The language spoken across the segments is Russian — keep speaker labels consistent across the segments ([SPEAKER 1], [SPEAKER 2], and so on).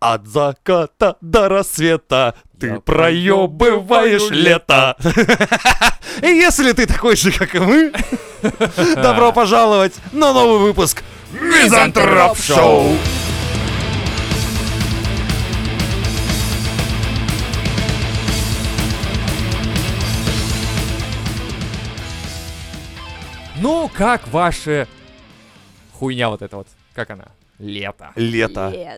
[SPEAKER 1] От заката до рассвета ты
[SPEAKER 2] Я
[SPEAKER 1] проебываешь
[SPEAKER 2] проёбываю
[SPEAKER 1] лето. И если ты такой же, как и мы, добро пожаловать на новый выпуск Мизантроп Шоу.
[SPEAKER 2] Ну, как ваше... Хуйня вот эта вот. Как она? Лето.
[SPEAKER 1] Лето.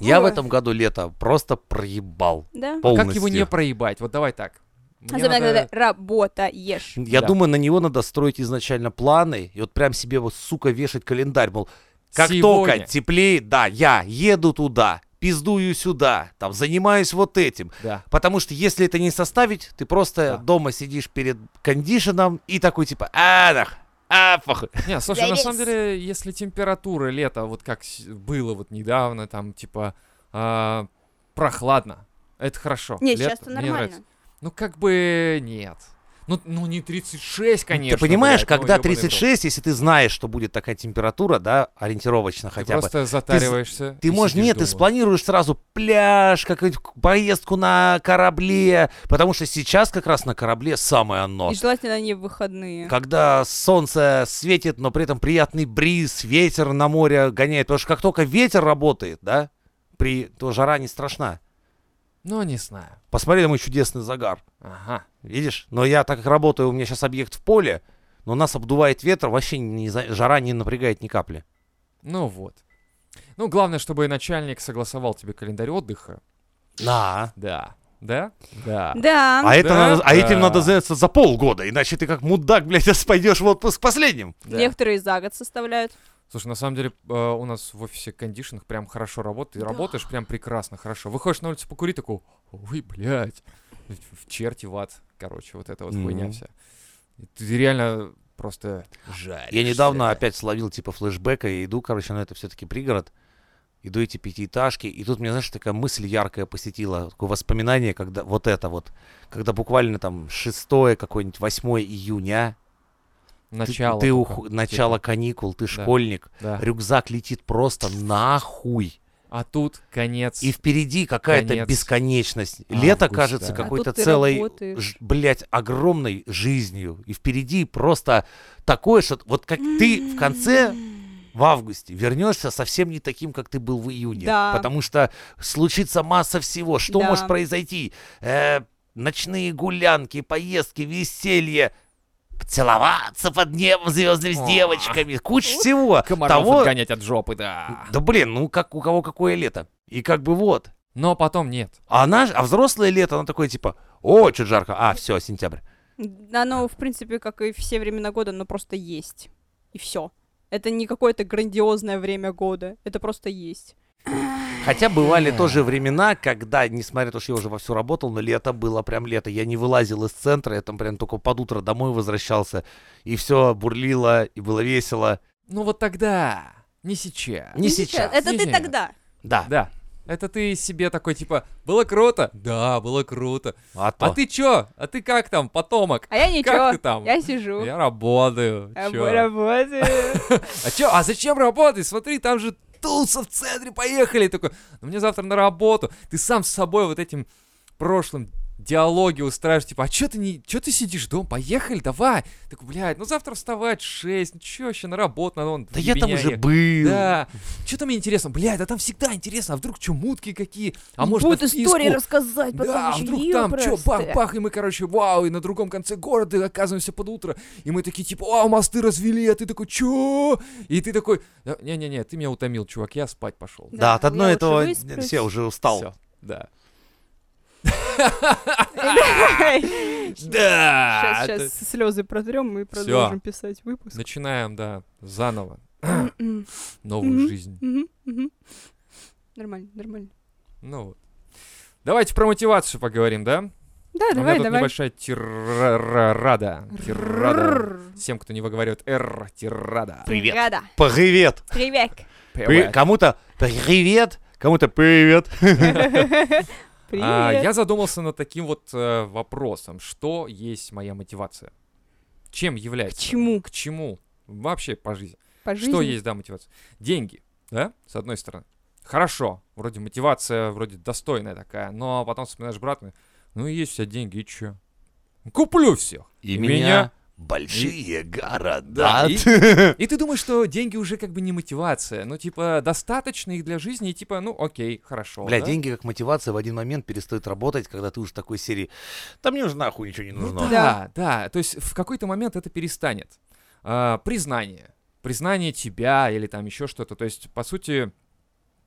[SPEAKER 1] Я в этом году лето просто проебал.
[SPEAKER 3] Да.
[SPEAKER 2] А
[SPEAKER 1] Полностью.
[SPEAKER 2] Как его не проебать? Вот давай так. Мне
[SPEAKER 3] Особенно,
[SPEAKER 2] надо-
[SPEAKER 3] когда ты работаешь.
[SPEAKER 1] Я
[SPEAKER 2] Да.
[SPEAKER 1] думаю, на него надо строить изначально планы и вот прям себе вот, сука, вешать календарь, мол, как только
[SPEAKER 2] Сегодня.
[SPEAKER 1] теплее, да, я еду туда, пиздую сюда, там, занимаюсь вот этим.
[SPEAKER 2] Да.
[SPEAKER 1] Потому что если это не составить, ты просто
[SPEAKER 2] Да.
[SPEAKER 1] дома сидишь перед кондишеном и такой типа, а, нах, а, похуй».
[SPEAKER 2] Не, слушай, на
[SPEAKER 3] Завис.
[SPEAKER 2] самом деле, если температура лета, вот как с- было вот недавно, там, типа, а, прохладно, это хорошо.
[SPEAKER 3] Не,
[SPEAKER 2] Лето
[SPEAKER 3] сейчас-то
[SPEAKER 2] мне нравится.
[SPEAKER 3] нормально.
[SPEAKER 2] Ну, как бы нет. Ну, ну, не 36, конечно.
[SPEAKER 1] ты понимаешь,
[SPEAKER 2] блядь, ну,
[SPEAKER 1] когда
[SPEAKER 2] ёбаный в рот.
[SPEAKER 1] 36, если ты знаешь, что будет такая температура, да, ориентировочно
[SPEAKER 2] Ты
[SPEAKER 1] хотя бы,
[SPEAKER 2] просто затариваешься.
[SPEAKER 1] Ты
[SPEAKER 2] и
[SPEAKER 1] можешь,
[SPEAKER 2] сидишь
[SPEAKER 1] нет, ты
[SPEAKER 2] дома.
[SPEAKER 1] спланируешь сразу пляж, какую-нибудь к- поездку на корабле, потому что сейчас как раз на корабле самое оно.
[SPEAKER 3] И желательно не в выходные.
[SPEAKER 1] Когда солнце светит, но при этом приятный бриз, ветер на море гоняет, потому что как только ветер работает, да, при, то жара не страшна.
[SPEAKER 2] Ну, не знаю.
[SPEAKER 1] Посмотри на мой чудесный загар,
[SPEAKER 2] Ага.
[SPEAKER 1] видишь? Но я так как работаю, у меня сейчас объект в поле, но нас обдувает ветер, вообще не за- жара не напрягает ни капли.
[SPEAKER 2] Ну вот. Ну, главное, чтобы начальник согласовал тебе календарь отдыха.
[SPEAKER 1] Да.
[SPEAKER 2] Да. Да? Да.
[SPEAKER 3] Да.
[SPEAKER 1] А, это
[SPEAKER 2] Да?
[SPEAKER 1] надо- а этим
[SPEAKER 2] Да.
[SPEAKER 1] надо заняться за полгода, иначе ты как мудак, блядь, пойдешь в отпуск последним.
[SPEAKER 2] Да.
[SPEAKER 3] Некоторые за год составляют.
[SPEAKER 2] Слушай, на самом деле, э, у нас в офисе кондишинг прям хорошо работает. Ты
[SPEAKER 3] Да.
[SPEAKER 2] работаешь прям прекрасно, хорошо. Выходишь на улицу покури, такой, ой, блядь. В черти в ад. Короче, вот эта вот хуйня
[SPEAKER 1] Мгм.
[SPEAKER 2] вся. И Ты реально просто жаришься.
[SPEAKER 1] Я недавно опять словил типа флешбека и иду, короче, но это все-таки пригород. Иду эти пятиэтажки, и тут мне, знаешь, такая мысль яркая посетила, такое воспоминание, когда вот это вот, когда буквально там 6 какое-нибудь 8 июня, ты-
[SPEAKER 2] Начало.
[SPEAKER 1] ты,
[SPEAKER 2] только,
[SPEAKER 1] уху-
[SPEAKER 2] типа,
[SPEAKER 1] начало каникул, ты школьник,
[SPEAKER 2] да.
[SPEAKER 1] рюкзак летит просто нахуй,
[SPEAKER 2] А тут конец.
[SPEAKER 1] и впереди какая-то
[SPEAKER 2] Конец.
[SPEAKER 1] бесконечность.
[SPEAKER 2] Август,
[SPEAKER 1] Лето кажется
[SPEAKER 2] да. А тут
[SPEAKER 1] какой-то
[SPEAKER 3] ты
[SPEAKER 1] целой,
[SPEAKER 3] работаешь.
[SPEAKER 1] ж- блядь, огромной жизнью, и впереди просто такое, что вот как ты в конце в августе вернешься совсем не таким, как ты был в июне.
[SPEAKER 3] Да.
[SPEAKER 1] Потому что случится масса всего. Что
[SPEAKER 3] Да.
[SPEAKER 1] может произойти? Э, ночные гулянки, поездки, веселье, целоваться под небом звездным с
[SPEAKER 2] О.
[SPEAKER 1] девочками, куча всего.
[SPEAKER 2] Комаров
[SPEAKER 1] Того...
[SPEAKER 2] отгонять от жопы, да.
[SPEAKER 1] Да блин, ну как у кого какое лето. И как бы вот.
[SPEAKER 2] Но потом нет.
[SPEAKER 1] А, она, ж- а взрослое лето, оно такое типа, о, что жарко. А, все, сентябрь.
[SPEAKER 3] Оно, в принципе, как и все времена года, оно просто есть. И все. Это не какое-то грандиозное время года. Это просто есть.
[SPEAKER 1] Хотя бывали тоже времена, когда, несмотря на то, что я уже вовсю работал, но лето было прям лето. Я не вылазил из центра, я там прям только под утро домой возвращался. И все бурлило, и было весело.
[SPEAKER 2] Ну вот тогда. Не сейчас.
[SPEAKER 3] Ну,
[SPEAKER 1] Не сейчас.
[SPEAKER 3] Это
[SPEAKER 2] Не
[SPEAKER 3] ты
[SPEAKER 2] сейчас.
[SPEAKER 3] тогда.
[SPEAKER 1] Да,
[SPEAKER 2] Да. Это ты себе такой, типа, было круто? Да, было круто.
[SPEAKER 1] а
[SPEAKER 2] А
[SPEAKER 1] то.
[SPEAKER 2] ты чё? А ты как там, потомок?
[SPEAKER 3] А я
[SPEAKER 2] Как ты
[SPEAKER 3] ничего.
[SPEAKER 2] там?
[SPEAKER 3] Я сижу.
[SPEAKER 2] Я работаю.
[SPEAKER 3] А
[SPEAKER 2] чё?
[SPEAKER 3] мы работаем.
[SPEAKER 2] А чё? А зачем работать? Смотри, там же туса в центре, поехали. Такой, ну мне завтра на работу. Ты сам с собой вот этим прошлым диалоги устраиваешь, типа, а чё ты, не, чё ты сидишь дома? Поехали, давай. Такой, блядь, ну завтра вставать в 6, ну чё вообще на работу, надо вон,
[SPEAKER 1] Да я там
[SPEAKER 2] ебеня
[SPEAKER 1] уже
[SPEAKER 2] ехать».
[SPEAKER 1] был.
[SPEAKER 2] Да, чё там интересно, блядь, да там всегда интересно, а вдруг чё, мутки какие, а может
[SPEAKER 3] Будет
[SPEAKER 2] на вписку?
[SPEAKER 3] истории рассказать,
[SPEAKER 2] Да,
[SPEAKER 3] потом
[SPEAKER 2] а
[SPEAKER 3] еще
[SPEAKER 2] вдруг там, чё, бах, бах, и мы, короче, вау, и на другом конце города оказываемся под утро, и мы такие, типа, вау, мосты развели, а ты такой, чё? И ты такой, «Да, не-не-не, ты меня утомил, чувак, я спать пошел.
[SPEAKER 1] Да, от
[SPEAKER 3] я
[SPEAKER 1] одного
[SPEAKER 3] лучше
[SPEAKER 1] этого
[SPEAKER 3] высплюсь.
[SPEAKER 1] все уже устал.
[SPEAKER 2] Всё, да.
[SPEAKER 3] Сейчас,
[SPEAKER 2] Да!
[SPEAKER 3] сейчас слезы протрем и продолжим писать выпуск.
[SPEAKER 2] Начинаем, да, заново,
[SPEAKER 3] Мгм,
[SPEAKER 2] новую
[SPEAKER 3] Мгм.
[SPEAKER 2] жизнь.
[SPEAKER 3] мгм, мгм. Нормально, нормально.
[SPEAKER 2] Ну вот. Давайте про мотивацию поговорим, да?
[SPEAKER 3] Да,
[SPEAKER 2] А У меня
[SPEAKER 3] давай,
[SPEAKER 2] тут
[SPEAKER 3] давай.
[SPEAKER 2] небольшая тиррада. Тиррада.
[SPEAKER 3] Рррр.
[SPEAKER 2] Всем, кто не выговаривает «р», тиррада.
[SPEAKER 1] Привет.
[SPEAKER 3] Гада.
[SPEAKER 1] Привет.
[SPEAKER 3] Привет.
[SPEAKER 1] При- Кому-то привет, кому-то привет.
[SPEAKER 2] А,
[SPEAKER 3] Привет.
[SPEAKER 2] я задумался над таким вот э, вопросом, что есть моя мотивация? Чем является?
[SPEAKER 3] К чему?
[SPEAKER 2] К чему? Вообще по жизни.
[SPEAKER 3] По
[SPEAKER 2] Что
[SPEAKER 3] жизни.
[SPEAKER 2] есть, да, мотивация? Деньги, да, с одной стороны. хорошо, вроде мотивация, вроде достойная такая, но потом вспоминаешь брата, ну и есть все деньги, и чё? Куплю всех.
[SPEAKER 1] И,
[SPEAKER 2] меня
[SPEAKER 1] меня, большие города.
[SPEAKER 2] Да, и- И ты думаешь, что деньги уже как бы не мотивация, ну типа достаточно их для жизни, и типа, ну окей, хорошо.
[SPEAKER 1] Бля,
[SPEAKER 2] да?
[SPEAKER 1] деньги как мотивация в один момент перестают работать, когда ты уж такой серии. Да мне уже нахуй ничего не
[SPEAKER 2] Ну
[SPEAKER 1] нужно.
[SPEAKER 2] да, да, то есть в какой-то момент это перестанет. А, признание. Признание тебя или там еще что-то. То есть, по сути,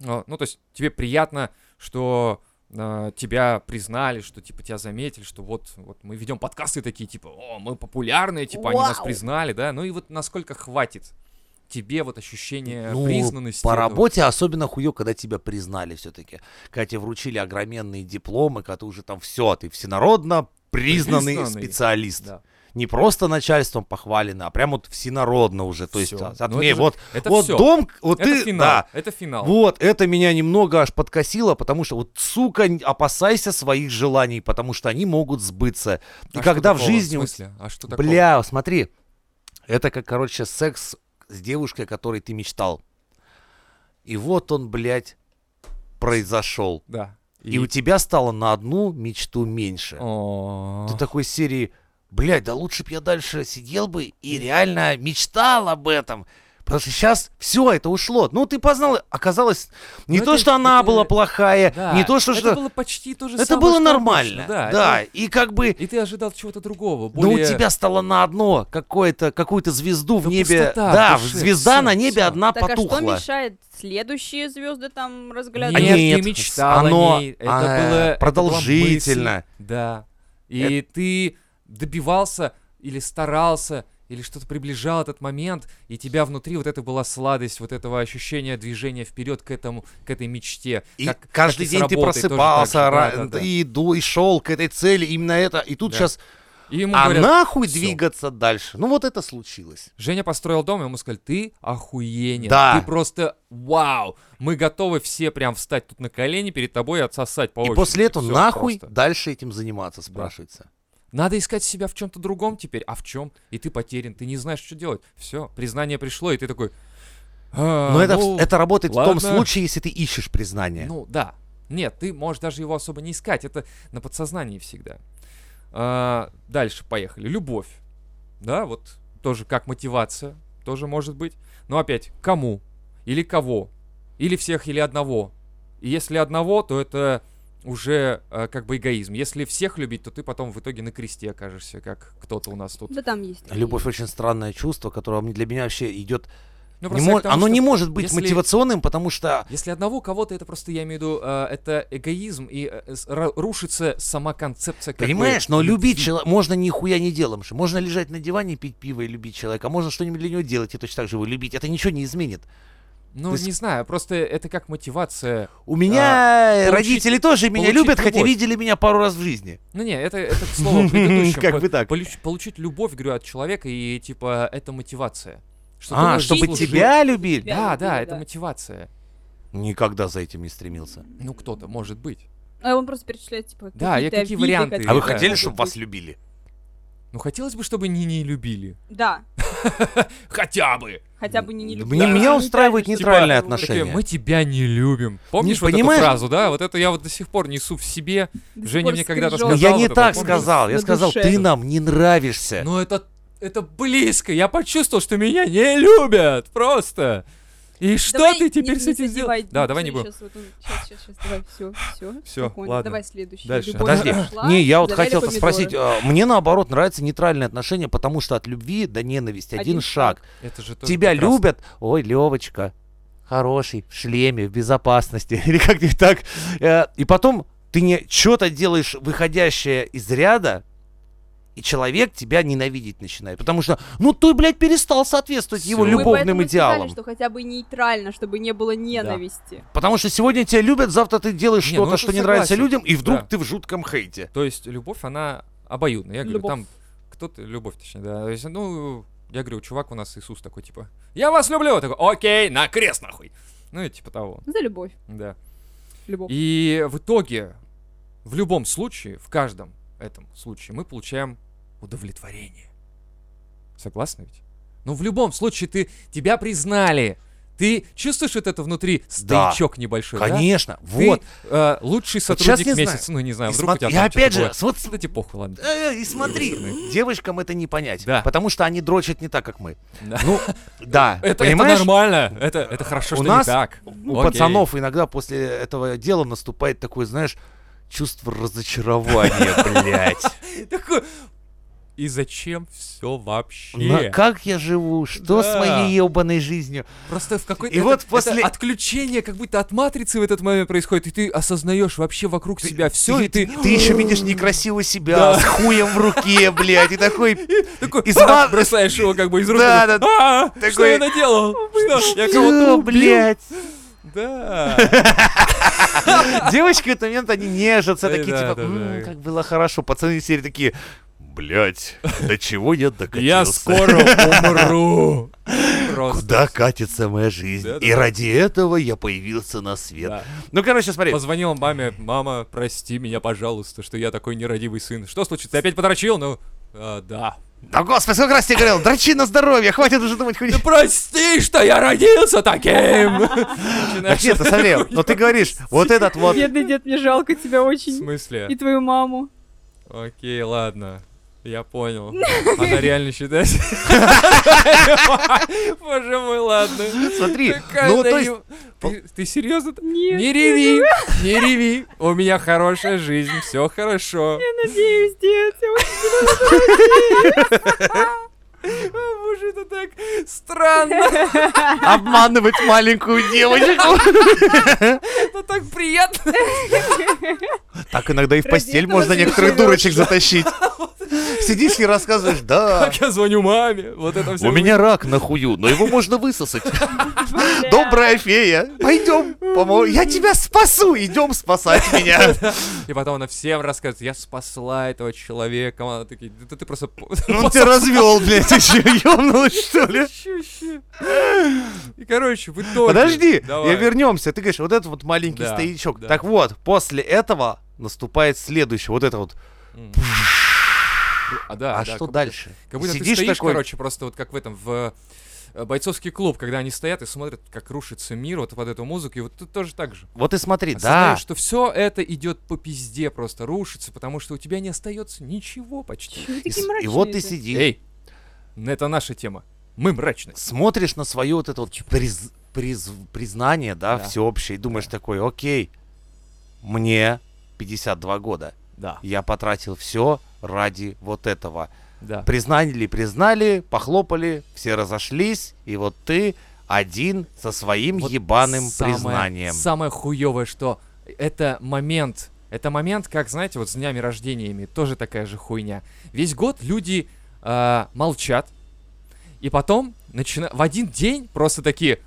[SPEAKER 2] а, ну, то есть тебе приятно, что а, тебя признали, что типа тебя заметили, что вот, вот мы ведем подкасты такие, типа, о, мы популярные, типа, они нас
[SPEAKER 3] Вау!
[SPEAKER 2] признали, да. Ну и вот насколько хватит тебе вот ощущение
[SPEAKER 1] Ну,
[SPEAKER 2] признанности.
[SPEAKER 1] По
[SPEAKER 2] этого?
[SPEAKER 1] работе особенно хуё, когда тебя признали все-таки. Когда тебе вручили огроменные дипломы, когда ты уже там все, ты всенародно признанный,
[SPEAKER 2] Признанный.
[SPEAKER 1] специалист.
[SPEAKER 2] Да.
[SPEAKER 1] Не просто начальством похвалено, а прям вот всенародно уже. То есть,
[SPEAKER 2] Всё.
[SPEAKER 1] от
[SPEAKER 2] Ну,
[SPEAKER 1] меня
[SPEAKER 2] это же-
[SPEAKER 1] вот,
[SPEAKER 2] Это
[SPEAKER 1] вот
[SPEAKER 2] все.
[SPEAKER 1] дом, вот
[SPEAKER 2] это
[SPEAKER 1] ты,
[SPEAKER 2] финал.
[SPEAKER 1] да,
[SPEAKER 2] Это финал.
[SPEAKER 1] Вот, это меня немного аж подкосило, потому что вот, сука, н- опасайся своих желаний, потому что они могут сбыться. И
[SPEAKER 2] А что
[SPEAKER 1] когда в
[SPEAKER 2] такого?
[SPEAKER 1] жизни...
[SPEAKER 2] В
[SPEAKER 1] у-
[SPEAKER 2] смысле? А что такого?
[SPEAKER 1] Бля, смотри, это как, короче, секс с девушкой, о которой ты мечтал. И вот он, блядь, произошел.
[SPEAKER 2] Да.
[SPEAKER 1] И... у тебя стало на одну мечту меньше.
[SPEAKER 2] О.
[SPEAKER 1] Ты такой серии, блядь, да лучше б я дальше сидел бы и реально мечтал об этом. Потому что сейчас все это ушло. Ну, ты познал, оказалось, не
[SPEAKER 2] Ну,
[SPEAKER 1] то,
[SPEAKER 2] это-
[SPEAKER 1] что она
[SPEAKER 2] это-
[SPEAKER 1] была плохая,
[SPEAKER 2] Да,
[SPEAKER 1] не то, что...
[SPEAKER 2] Это
[SPEAKER 1] что-
[SPEAKER 2] было почти то же
[SPEAKER 1] Это
[SPEAKER 2] самое.
[SPEAKER 1] было
[SPEAKER 2] что
[SPEAKER 1] нормально.
[SPEAKER 2] обычно,
[SPEAKER 1] Да,
[SPEAKER 2] Да.
[SPEAKER 1] и как бы...
[SPEAKER 2] это- И ты ожидал чего-то другого.
[SPEAKER 1] Ну,
[SPEAKER 2] более-
[SPEAKER 1] у тебя стало на одно какое-то, какую-то звезду в
[SPEAKER 2] Да
[SPEAKER 1] небе.
[SPEAKER 2] пустота в
[SPEAKER 1] да,
[SPEAKER 2] душе,
[SPEAKER 1] звезда
[SPEAKER 2] всё,
[SPEAKER 1] на небе
[SPEAKER 2] всё.
[SPEAKER 1] одна
[SPEAKER 3] Так а что
[SPEAKER 1] потухла.
[SPEAKER 3] мешает следующие звезды там
[SPEAKER 2] Нет,
[SPEAKER 3] разглядывать?
[SPEAKER 1] Они-
[SPEAKER 2] ты
[SPEAKER 1] А Нет,
[SPEAKER 2] мечтал
[SPEAKER 1] оно,
[SPEAKER 2] о ней. Это
[SPEAKER 1] а,
[SPEAKER 2] было это была мысль.
[SPEAKER 1] продолжительно.
[SPEAKER 2] Да. И ты добивался или старался или что-то приближал этот момент, и тебя внутри вот это была сладость, вот этого ощущения движения вперед к этому, к этой мечте.
[SPEAKER 1] И
[SPEAKER 2] Как- как
[SPEAKER 1] каждый
[SPEAKER 2] с
[SPEAKER 1] день ты
[SPEAKER 2] работой тоже так же.
[SPEAKER 1] просыпался, ра-
[SPEAKER 2] Да, да, да.
[SPEAKER 1] и иду, и шел к этой цели, именно это. И тут
[SPEAKER 2] Да.
[SPEAKER 1] сейчас,
[SPEAKER 2] И ему
[SPEAKER 1] а
[SPEAKER 2] говорят,
[SPEAKER 1] нахуй
[SPEAKER 2] «Всё».
[SPEAKER 1] двигаться дальше? Ну вот это случилось.
[SPEAKER 2] Женя построил дом, и ему сказали, ты охуенен.
[SPEAKER 1] Да.
[SPEAKER 2] Ты просто вау. Мы готовы все прям встать тут на колени перед тобой и отсосать по
[SPEAKER 1] и
[SPEAKER 2] очереди.
[SPEAKER 1] после этого
[SPEAKER 2] Всё
[SPEAKER 1] нахуй
[SPEAKER 2] просто».
[SPEAKER 1] дальше этим заниматься, спрашивается.
[SPEAKER 2] Надо искать себя в чем-то другом теперь. А в чем? И ты потерян, ты не знаешь, что делать. Все, признание пришло, и ты такой... «А,
[SPEAKER 1] Но это,
[SPEAKER 2] ну,
[SPEAKER 1] в- это работает в том
[SPEAKER 2] ладно.
[SPEAKER 1] случае, если ты ищешь признание.
[SPEAKER 2] Ну, да. Нет, ты можешь даже его особо не искать. Это на подсознании всегда. А, дальше поехали. Любовь. Да, вот тоже как мотивация. Тоже может быть. Но опять, кому? Или кого? Или всех, или одного? И если одного, то это уже э, как бы эгоизм. Если всех любить, то ты потом в итоге на кресте окажешься, как кто-то у нас тут.
[SPEAKER 3] Да там есть. такие.
[SPEAKER 1] Любовь очень странное чувство, которое мне- для меня вообще идет.
[SPEAKER 2] Ну,
[SPEAKER 1] не
[SPEAKER 2] просто я
[SPEAKER 1] мо-
[SPEAKER 2] к тому,
[SPEAKER 1] Оно
[SPEAKER 2] что
[SPEAKER 1] не может быть
[SPEAKER 2] если-
[SPEAKER 1] мотивационным, потому что
[SPEAKER 2] Если одного кого-то, это просто, я имею в виду, э, это эгоизм, и э, с- ра- рушится сама концепция. как бы
[SPEAKER 1] Понимаешь, но
[SPEAKER 2] любви.
[SPEAKER 1] любить человека можно нихуя не делом. же. Можно лежать на диване, пить пиво и любить человека, а можно что-нибудь для него делать и точно так же его любить. Это ничего не изменит.
[SPEAKER 2] Ну,
[SPEAKER 1] То есть-
[SPEAKER 2] не знаю, просто это как мотивация.
[SPEAKER 1] У меня э,
[SPEAKER 2] А, получить-
[SPEAKER 1] родители тоже меня
[SPEAKER 2] получить
[SPEAKER 1] любят, хотя
[SPEAKER 2] любовь.
[SPEAKER 1] видели меня пару раз в жизни.
[SPEAKER 2] Ну, не, это, это к слову, предыдущему.
[SPEAKER 1] Как
[SPEAKER 2] По-
[SPEAKER 1] бы так.
[SPEAKER 2] полюч- Получить любовь, говорю, от человека, и, типа, это мотивация. Что ты
[SPEAKER 1] а,
[SPEAKER 2] можешь
[SPEAKER 1] чтобы
[SPEAKER 2] заслужить.
[SPEAKER 1] тебя любили?
[SPEAKER 3] Тебя
[SPEAKER 2] Да,
[SPEAKER 3] любили,
[SPEAKER 2] да, это
[SPEAKER 3] да.
[SPEAKER 2] мотивация.
[SPEAKER 1] Никогда за этим не стремился.
[SPEAKER 2] Ну, кто-то, может быть.
[SPEAKER 3] А он просто перечисляет, типа,
[SPEAKER 2] Да, я
[SPEAKER 3] какие-то
[SPEAKER 2] какие
[SPEAKER 3] виды,
[SPEAKER 2] варианты.
[SPEAKER 1] А вы
[SPEAKER 2] Да.
[SPEAKER 1] хотели,
[SPEAKER 3] могут
[SPEAKER 1] чтобы
[SPEAKER 3] быть.
[SPEAKER 1] вас любили?
[SPEAKER 2] Ну, хотелось бы, чтобы не не любили.
[SPEAKER 3] Да,
[SPEAKER 2] Хотя бы! Типа,
[SPEAKER 3] хотя бы не не любили.
[SPEAKER 1] Мне-
[SPEAKER 3] Да.
[SPEAKER 1] меня устраивает
[SPEAKER 3] Нейтрально,
[SPEAKER 1] нейтральное
[SPEAKER 3] чтобы-
[SPEAKER 1] отношение.
[SPEAKER 2] Такие, мы тебя не любим. Помнишь вот эту
[SPEAKER 1] понимаешь?
[SPEAKER 2] фразу, да? Вот это я вот до сих пор несу в себе.
[SPEAKER 3] До сих
[SPEAKER 2] Женя
[SPEAKER 3] пор
[SPEAKER 2] мне когда-то
[SPEAKER 3] скрежет.
[SPEAKER 1] Ну, я
[SPEAKER 2] сказал
[SPEAKER 1] не
[SPEAKER 2] вот это,
[SPEAKER 1] так
[SPEAKER 2] помнишь?
[SPEAKER 1] сказал. Я
[SPEAKER 3] На
[SPEAKER 1] сказал,
[SPEAKER 3] душе.
[SPEAKER 1] ты нам не нравишься.
[SPEAKER 2] Но Ну, это, это близко. Я почувствовал, что меня не любят. Просто. И что
[SPEAKER 3] Ну, Давай
[SPEAKER 2] ты
[SPEAKER 3] не-
[SPEAKER 2] теперь
[SPEAKER 3] не
[SPEAKER 2] с этим
[SPEAKER 3] задевай
[SPEAKER 2] сделаешь? Да, давай не
[SPEAKER 3] ничего,
[SPEAKER 2] будем.
[SPEAKER 3] щас вот он- щас, щас, щас, давай, все, все.
[SPEAKER 2] Всё, ладно.
[SPEAKER 3] Давай следующий.
[SPEAKER 2] Дальше.
[SPEAKER 3] Любовь
[SPEAKER 1] Подожди.
[SPEAKER 3] пошла,
[SPEAKER 1] Не, я вот
[SPEAKER 3] завяли
[SPEAKER 1] хотел
[SPEAKER 3] помидоры.
[SPEAKER 1] спросить. э, Мне наоборот нравится нейтральное отношение, потому что от любви до ненависти один
[SPEAKER 3] Один
[SPEAKER 1] шаг.
[SPEAKER 2] Это же тоже
[SPEAKER 1] Тебя
[SPEAKER 2] прекрасно.
[SPEAKER 1] любят. Ой, Левочка, хороший, в шлеме, в безопасности. Или как-нибудь так. Э, И потом ты не что-то делаешь, выходящее из ряда, и человек тебя ненавидеть начинает. Потому что, ну ты, блядь, перестал соответствовать его
[SPEAKER 2] Всё.
[SPEAKER 3] Мы
[SPEAKER 1] любовным
[SPEAKER 3] поэтому и сказали,
[SPEAKER 1] идеалам.
[SPEAKER 3] что хотя бы нейтрально, чтобы не было ненависти.
[SPEAKER 1] Потому что сегодня тебя любят, завтра ты делаешь
[SPEAKER 2] Не, ну
[SPEAKER 1] что-то,
[SPEAKER 2] это
[SPEAKER 1] что не нравится
[SPEAKER 2] согласен.
[SPEAKER 1] людям, и вдруг
[SPEAKER 2] Да.
[SPEAKER 1] ты в жутком хейте.
[SPEAKER 2] То есть любовь, она обоюдная. Я говорю,
[SPEAKER 3] Любовь.
[SPEAKER 2] там кто-то... Любовь, точнее, да. То есть, ну, я говорю, чувак у нас Иисус такой, типа, я вас люблю. Такой, окей, на крест нахуй. Ну и типа того,
[SPEAKER 3] За любовь.
[SPEAKER 2] да.
[SPEAKER 3] Любовь.
[SPEAKER 2] И в итоге, в любом случае, в каждом этом случае, мы получаем удовлетворение. Согласны ведь? Ну, в любом случае, ты, тебя признали. Ты Ты чувствуешь вот это внутри
[SPEAKER 1] Да.
[SPEAKER 2] стычок небольшой, да?
[SPEAKER 1] Конечно,
[SPEAKER 2] Ты,
[SPEAKER 1] вот.
[SPEAKER 2] э, лучший
[SPEAKER 1] Вот
[SPEAKER 2] сотрудник
[SPEAKER 1] щас не знаю.
[SPEAKER 2] месяца, ну не знаю,
[SPEAKER 1] И
[SPEAKER 2] вдруг у
[SPEAKER 1] смо-
[SPEAKER 2] тебя
[SPEAKER 1] и
[SPEAKER 2] там
[SPEAKER 1] опять
[SPEAKER 2] что-то
[SPEAKER 1] же,
[SPEAKER 2] бывает.
[SPEAKER 1] вот
[SPEAKER 2] Да тебе похуй, ладно.
[SPEAKER 1] Э, И смотри, девочкам это не понять,
[SPEAKER 2] Да.
[SPEAKER 1] потому что они дрочат не так, как мы.
[SPEAKER 2] Да.
[SPEAKER 1] Ну, да,
[SPEAKER 2] Это, это
[SPEAKER 1] понимаешь?
[SPEAKER 2] нормально, это, это хорошо,
[SPEAKER 1] У
[SPEAKER 2] что
[SPEAKER 1] нас,
[SPEAKER 2] не так.
[SPEAKER 1] У
[SPEAKER 2] Окей.
[SPEAKER 1] пацанов иногда после этого дела наступает такое, знаешь, чувство разочарования, блядь.
[SPEAKER 2] Такой, И зачем все вообще?
[SPEAKER 1] На- Как я живу? Что с
[SPEAKER 2] Да.
[SPEAKER 1] моей ебаной жизнью?
[SPEAKER 2] Просто в какой-то
[SPEAKER 1] И
[SPEAKER 2] это-
[SPEAKER 1] вот
[SPEAKER 2] это
[SPEAKER 1] после-
[SPEAKER 2] отключение как будто от матрицы в этот момент происходит, и ты осознаешь вообще вокруг себя все, и ты
[SPEAKER 1] Ты еще видишь некрасиво себя
[SPEAKER 2] Да.
[SPEAKER 1] с хуем в руке, блядь, и такой...
[SPEAKER 2] такой
[SPEAKER 1] из
[SPEAKER 2] «А!»
[SPEAKER 1] ван-
[SPEAKER 2] бросаешь его как бы из рук.
[SPEAKER 1] Да,
[SPEAKER 2] такой,
[SPEAKER 1] да.
[SPEAKER 2] «А, Что
[SPEAKER 1] Такой,
[SPEAKER 2] я наделал? Что? Я кого-то
[SPEAKER 1] «Что,
[SPEAKER 2] убил?»
[SPEAKER 1] блядь?
[SPEAKER 2] Да.
[SPEAKER 1] Девочки в этот момент, они нежатся,
[SPEAKER 2] Да,
[SPEAKER 1] такие
[SPEAKER 2] да,
[SPEAKER 1] типа,
[SPEAKER 2] да,
[SPEAKER 1] «М,
[SPEAKER 2] да.
[SPEAKER 1] как было хорошо. Пацаны серии такие, блядь, до чего я докатился?
[SPEAKER 2] Я скоро умру. Просто.
[SPEAKER 1] Куда катится моя жизнь?
[SPEAKER 2] Да, да,
[SPEAKER 1] И
[SPEAKER 2] да.
[SPEAKER 1] ради этого я появился на свет.
[SPEAKER 2] Да.
[SPEAKER 1] Ну, короче, смотри.
[SPEAKER 2] Позвонил маме, мама, прости меня, пожалуйста, что я такой нерадивый сын. Что случится? Ты опять подрочил? Ну, а, да.
[SPEAKER 1] Да, господи, сколько раз тебе говорил, дрочи на здоровье, хватит уже думать хуйню.
[SPEAKER 2] Ты прости, что я родился таким!
[SPEAKER 1] Так нет, ну, смотри, но ты говоришь, вот этот вот...
[SPEAKER 3] Бедный дед, мне жалко тебя
[SPEAKER 2] В
[SPEAKER 3] очень. И
[SPEAKER 2] смысле?
[SPEAKER 3] твою маму.
[SPEAKER 2] Окей, ладно. Я понял. Она реально считает. Боже мой, ладно.
[SPEAKER 1] Смотри,
[SPEAKER 2] Какая
[SPEAKER 1] ну
[SPEAKER 2] она
[SPEAKER 1] то есть,
[SPEAKER 2] ё- Ты- Ты серьезно?
[SPEAKER 3] Нет,
[SPEAKER 2] Не реви, не реви. У меня хорошая жизнь, все хорошо.
[SPEAKER 3] я надеюсь, дед, я очень
[SPEAKER 2] А, Боже, это так странно.
[SPEAKER 1] обманывать маленькую девочку.
[SPEAKER 2] Это так приятно.
[SPEAKER 1] Так иногда и в
[SPEAKER 3] Ради
[SPEAKER 1] постель
[SPEAKER 3] этого
[SPEAKER 1] можно
[SPEAKER 3] ты
[SPEAKER 1] некоторых
[SPEAKER 3] живёшь.
[SPEAKER 1] дурочек затащить. Сидишь и рассказываешь, да,
[SPEAKER 2] Как я звоню маме. Вот это все.
[SPEAKER 1] у меня рак на хую, но его можно высосать.
[SPEAKER 3] бля.
[SPEAKER 1] Добрая фея, пойдем, помо- я тебя спасу, идем спасать меня.
[SPEAKER 2] И потом она всем рассказывает, я спасла этого человека. Она такие, да ты, ты просто... по-
[SPEAKER 1] Он Ну, тебя развел, блядь, еще ебнул, что ли?
[SPEAKER 2] Щу-щу. И, короче, в итоге...
[SPEAKER 1] Подожди,
[SPEAKER 2] Давай.
[SPEAKER 1] я вернемся. Ты говоришь, вот этот вот маленький
[SPEAKER 2] Да,
[SPEAKER 1] стоячок.
[SPEAKER 2] да.
[SPEAKER 1] Так вот, после этого наступает следующее. Вот это вот.
[SPEAKER 2] М. А, да,
[SPEAKER 1] а
[SPEAKER 2] да,
[SPEAKER 1] что
[SPEAKER 2] как-
[SPEAKER 1] дальше?
[SPEAKER 2] Как будто
[SPEAKER 1] Сидишь
[SPEAKER 2] ты стоишь,
[SPEAKER 1] такой.
[SPEAKER 2] короче, просто вот как в этом, в э, бойцовский клуб, когда они стоят и смотрят, как рушится мир вот под эту музыку, и вот тут тоже так же.
[SPEAKER 1] Вот и смотри, да.
[SPEAKER 2] Осознаешь, что все это идет по пизде, просто рушится, потому что у тебя не остается ничего почти.
[SPEAKER 3] Чё
[SPEAKER 1] И,
[SPEAKER 3] вы такие
[SPEAKER 1] с- и
[SPEAKER 3] мрачные-то?
[SPEAKER 1] вот ты сидишь,
[SPEAKER 2] Эй, ну это наша тема. Мы мрачные.
[SPEAKER 1] смотришь на свое вот это вот приз- приз- признание, да,
[SPEAKER 2] Да.
[SPEAKER 1] всеобщее, и думаешь такой, окей, мне 52 года.
[SPEAKER 2] Да.
[SPEAKER 1] Я потратил все ради вот этого.
[SPEAKER 2] Да.
[SPEAKER 1] Признали, признали, похлопали, все разошлись, и вот ты один со своим
[SPEAKER 2] Вот
[SPEAKER 1] ебаным
[SPEAKER 2] самое-
[SPEAKER 1] признанием.
[SPEAKER 2] Самое хуевое, что это момент. Это момент, как, знаете, вот с днями рождениями тоже такая же хуйня. Весь год люди а, молчат, и потом начина... в один день просто такие.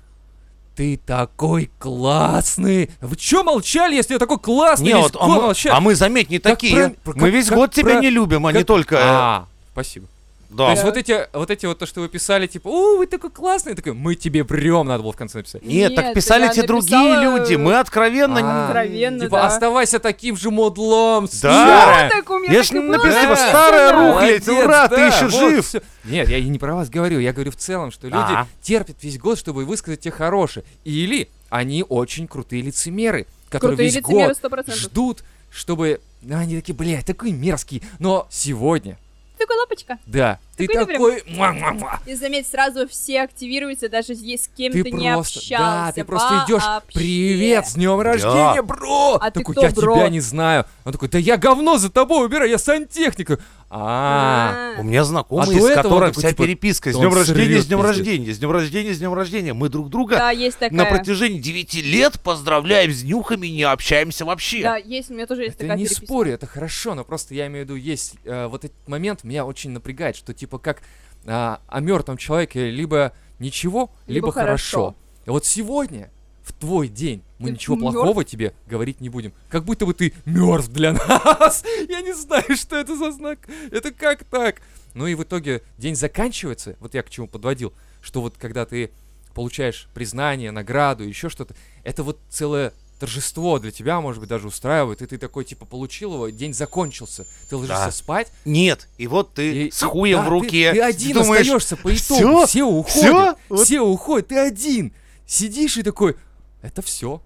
[SPEAKER 2] Ты такой классный! Вы чё молчали, если я такой классный?
[SPEAKER 1] Не,
[SPEAKER 2] весь
[SPEAKER 1] вот, а,
[SPEAKER 2] год
[SPEAKER 1] мы,
[SPEAKER 2] молчали?»
[SPEAKER 1] а мы, заметь, не
[SPEAKER 2] Как
[SPEAKER 1] такие.
[SPEAKER 2] про- про-
[SPEAKER 1] мы
[SPEAKER 2] как-
[SPEAKER 1] весь
[SPEAKER 2] как
[SPEAKER 1] год тебя
[SPEAKER 2] про-
[SPEAKER 1] не любим, а не
[SPEAKER 2] как-
[SPEAKER 1] только... э,
[SPEAKER 2] А, спасибо. То
[SPEAKER 1] да.
[SPEAKER 2] есть вот эти, вот эти вот то, что вы писали, типа, о, вы такой классный, такой, мы тебе врем, надо было в конце написать.
[SPEAKER 1] Нет, так
[SPEAKER 3] Нет,
[SPEAKER 1] писали
[SPEAKER 3] я
[SPEAKER 1] те другие
[SPEAKER 3] написала,
[SPEAKER 1] люди. Мы откровенно... не-
[SPEAKER 2] А,
[SPEAKER 3] Откровенно,
[SPEAKER 2] Типа,
[SPEAKER 3] да.
[SPEAKER 2] оставайся таким же мудлом,
[SPEAKER 1] Да.
[SPEAKER 2] старая.
[SPEAKER 3] Так, у меня
[SPEAKER 1] Я
[SPEAKER 3] так
[SPEAKER 1] ж
[SPEAKER 3] и было
[SPEAKER 1] написал, типа,
[SPEAKER 3] написано.
[SPEAKER 1] старая руха.
[SPEAKER 2] Молодец,
[SPEAKER 1] Рухлядь, ура, ты еще
[SPEAKER 2] вот
[SPEAKER 1] жив.
[SPEAKER 2] всё. Нет, я и не про вас говорю, я говорю в целом, что люди
[SPEAKER 1] А.
[SPEAKER 2] терпят весь год, чтобы высказать те хорошие. Или они очень крутые лицемеры, которые
[SPEAKER 3] Крутые
[SPEAKER 2] весь
[SPEAKER 3] лицемеры,
[SPEAKER 2] год
[SPEAKER 3] 100%.
[SPEAKER 2] ждут, чтобы... ну, Они такие, блядь, такой мерзкий, но сегодня,
[SPEAKER 3] Ты Такой лапочка.
[SPEAKER 2] да, ты
[SPEAKER 3] Такой
[SPEAKER 2] такой... муа-муа-муа.
[SPEAKER 3] И заметь, сразу все активируются, даже если с кем
[SPEAKER 2] Ты
[SPEAKER 3] ты, не
[SPEAKER 2] просто,
[SPEAKER 3] общался.
[SPEAKER 2] да, ты просто идешь,
[SPEAKER 3] вообще.
[SPEAKER 2] привет, с днем рождения, бро!
[SPEAKER 3] А ты
[SPEAKER 2] такой,
[SPEAKER 3] кто,
[SPEAKER 2] я
[SPEAKER 3] бро?»
[SPEAKER 2] тебя не знаю. Он такой, да я говно за тобой убираю, я сантехник. А,
[SPEAKER 1] У
[SPEAKER 3] А.
[SPEAKER 1] меня
[SPEAKER 2] А
[SPEAKER 1] знакомые,
[SPEAKER 2] до
[SPEAKER 1] с
[SPEAKER 2] этого он
[SPEAKER 1] которым
[SPEAKER 2] такой,
[SPEAKER 1] вся
[SPEAKER 2] типа,
[SPEAKER 1] переписка. С
[SPEAKER 2] да
[SPEAKER 1] днем
[SPEAKER 2] он
[SPEAKER 1] рождения,
[SPEAKER 2] срет,
[SPEAKER 1] с днем
[SPEAKER 2] пиздец.
[SPEAKER 1] рождения, с днем рождения, с днем рождения. Мы друг друга
[SPEAKER 3] Да, есть такая.
[SPEAKER 1] на протяжении 9 лет поздравляем с нюхами, не общаемся
[SPEAKER 3] Да,
[SPEAKER 1] вообще.
[SPEAKER 3] есть, у меня тоже есть
[SPEAKER 2] Это
[SPEAKER 3] такая
[SPEAKER 2] не
[SPEAKER 3] переписка.
[SPEAKER 2] спорю, это хорошо, но просто я имею в виду, есть э, вот этот момент меня очень напрягает, что типа как а, о мертвом человеке либо ничего, либо,
[SPEAKER 3] Либо
[SPEAKER 2] хорошо.
[SPEAKER 3] хорошо.
[SPEAKER 2] И вот сегодня в твой день мы
[SPEAKER 3] Ты
[SPEAKER 2] ничего
[SPEAKER 3] мёртв?
[SPEAKER 2] плохого тебе говорить не будем. Как будто бы ты мертв для нас. Я не знаю, что это за знак. Это как так? Ну и в итоге день заканчивается. Вот я к чему подводил, что вот когда ты получаешь признание, награду, еще что-то, это вот целое торжество для тебя, может быть, даже устраивает, и ты такой, типа, получил его, день закончился, ты ложишься
[SPEAKER 1] Да.
[SPEAKER 2] спать,
[SPEAKER 1] Нет, и вот
[SPEAKER 2] и,
[SPEAKER 1] ты с
[SPEAKER 2] и-
[SPEAKER 1] хуем
[SPEAKER 2] да,
[SPEAKER 1] в
[SPEAKER 2] ты-
[SPEAKER 1] руке.
[SPEAKER 2] ты, один
[SPEAKER 1] думаешь,
[SPEAKER 2] остаешься по итогу,
[SPEAKER 1] «Всё?
[SPEAKER 2] все уходят,
[SPEAKER 1] Всё? Вот».
[SPEAKER 2] все уходят, ты один, Сидишь и такой, это все.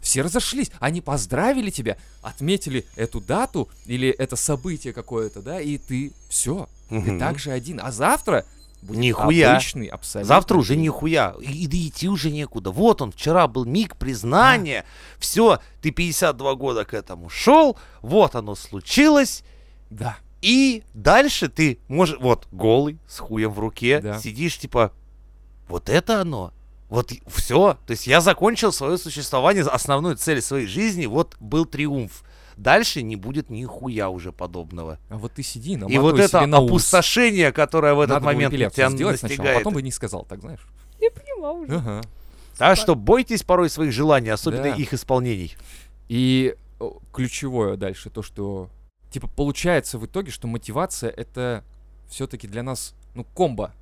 [SPEAKER 2] Все разошлись, они поздравили тебя, отметили эту дату или это событие какое-то, да, и ты все, ты
[SPEAKER 1] Мгм.
[SPEAKER 2] также один. А завтра будет
[SPEAKER 1] Нихуя.
[SPEAKER 2] обычный абсолютно.
[SPEAKER 1] Завтра уже
[SPEAKER 2] день.
[SPEAKER 1] нихуя. И, и идти уже некуда. Вот он, вчера был миг признания. Все, ты 52 года к этому шел. Вот оно случилось.
[SPEAKER 2] Да.
[SPEAKER 1] И дальше ты можешь... Вот, голый, с хуем в руке.
[SPEAKER 2] Да.
[SPEAKER 1] Сидишь, типа, вот это оно. Вот все. То есть я закончил свое существование, основную цель своей жизни. Вот был триумф. Дальше не будет нихуя уже подобного.
[SPEAKER 2] А вот ты сиди, на
[SPEAKER 1] и вот это
[SPEAKER 2] себе на ус.
[SPEAKER 1] опустошение, которое в этот
[SPEAKER 2] Надо было
[SPEAKER 1] момент
[SPEAKER 2] эпиляцию
[SPEAKER 1] тебя
[SPEAKER 2] сделать сначала, а
[SPEAKER 1] настигает.
[SPEAKER 2] потом бы не сказал, так знаешь.
[SPEAKER 3] Я поняла уже.
[SPEAKER 2] Ага.
[SPEAKER 1] Да, что бойтесь порой своих желаний, особенно
[SPEAKER 2] Да.
[SPEAKER 1] их исполнений.
[SPEAKER 2] И о, ключевое дальше то, что типа получается в итоге, что мотивация это все-таки для нас ну комбо.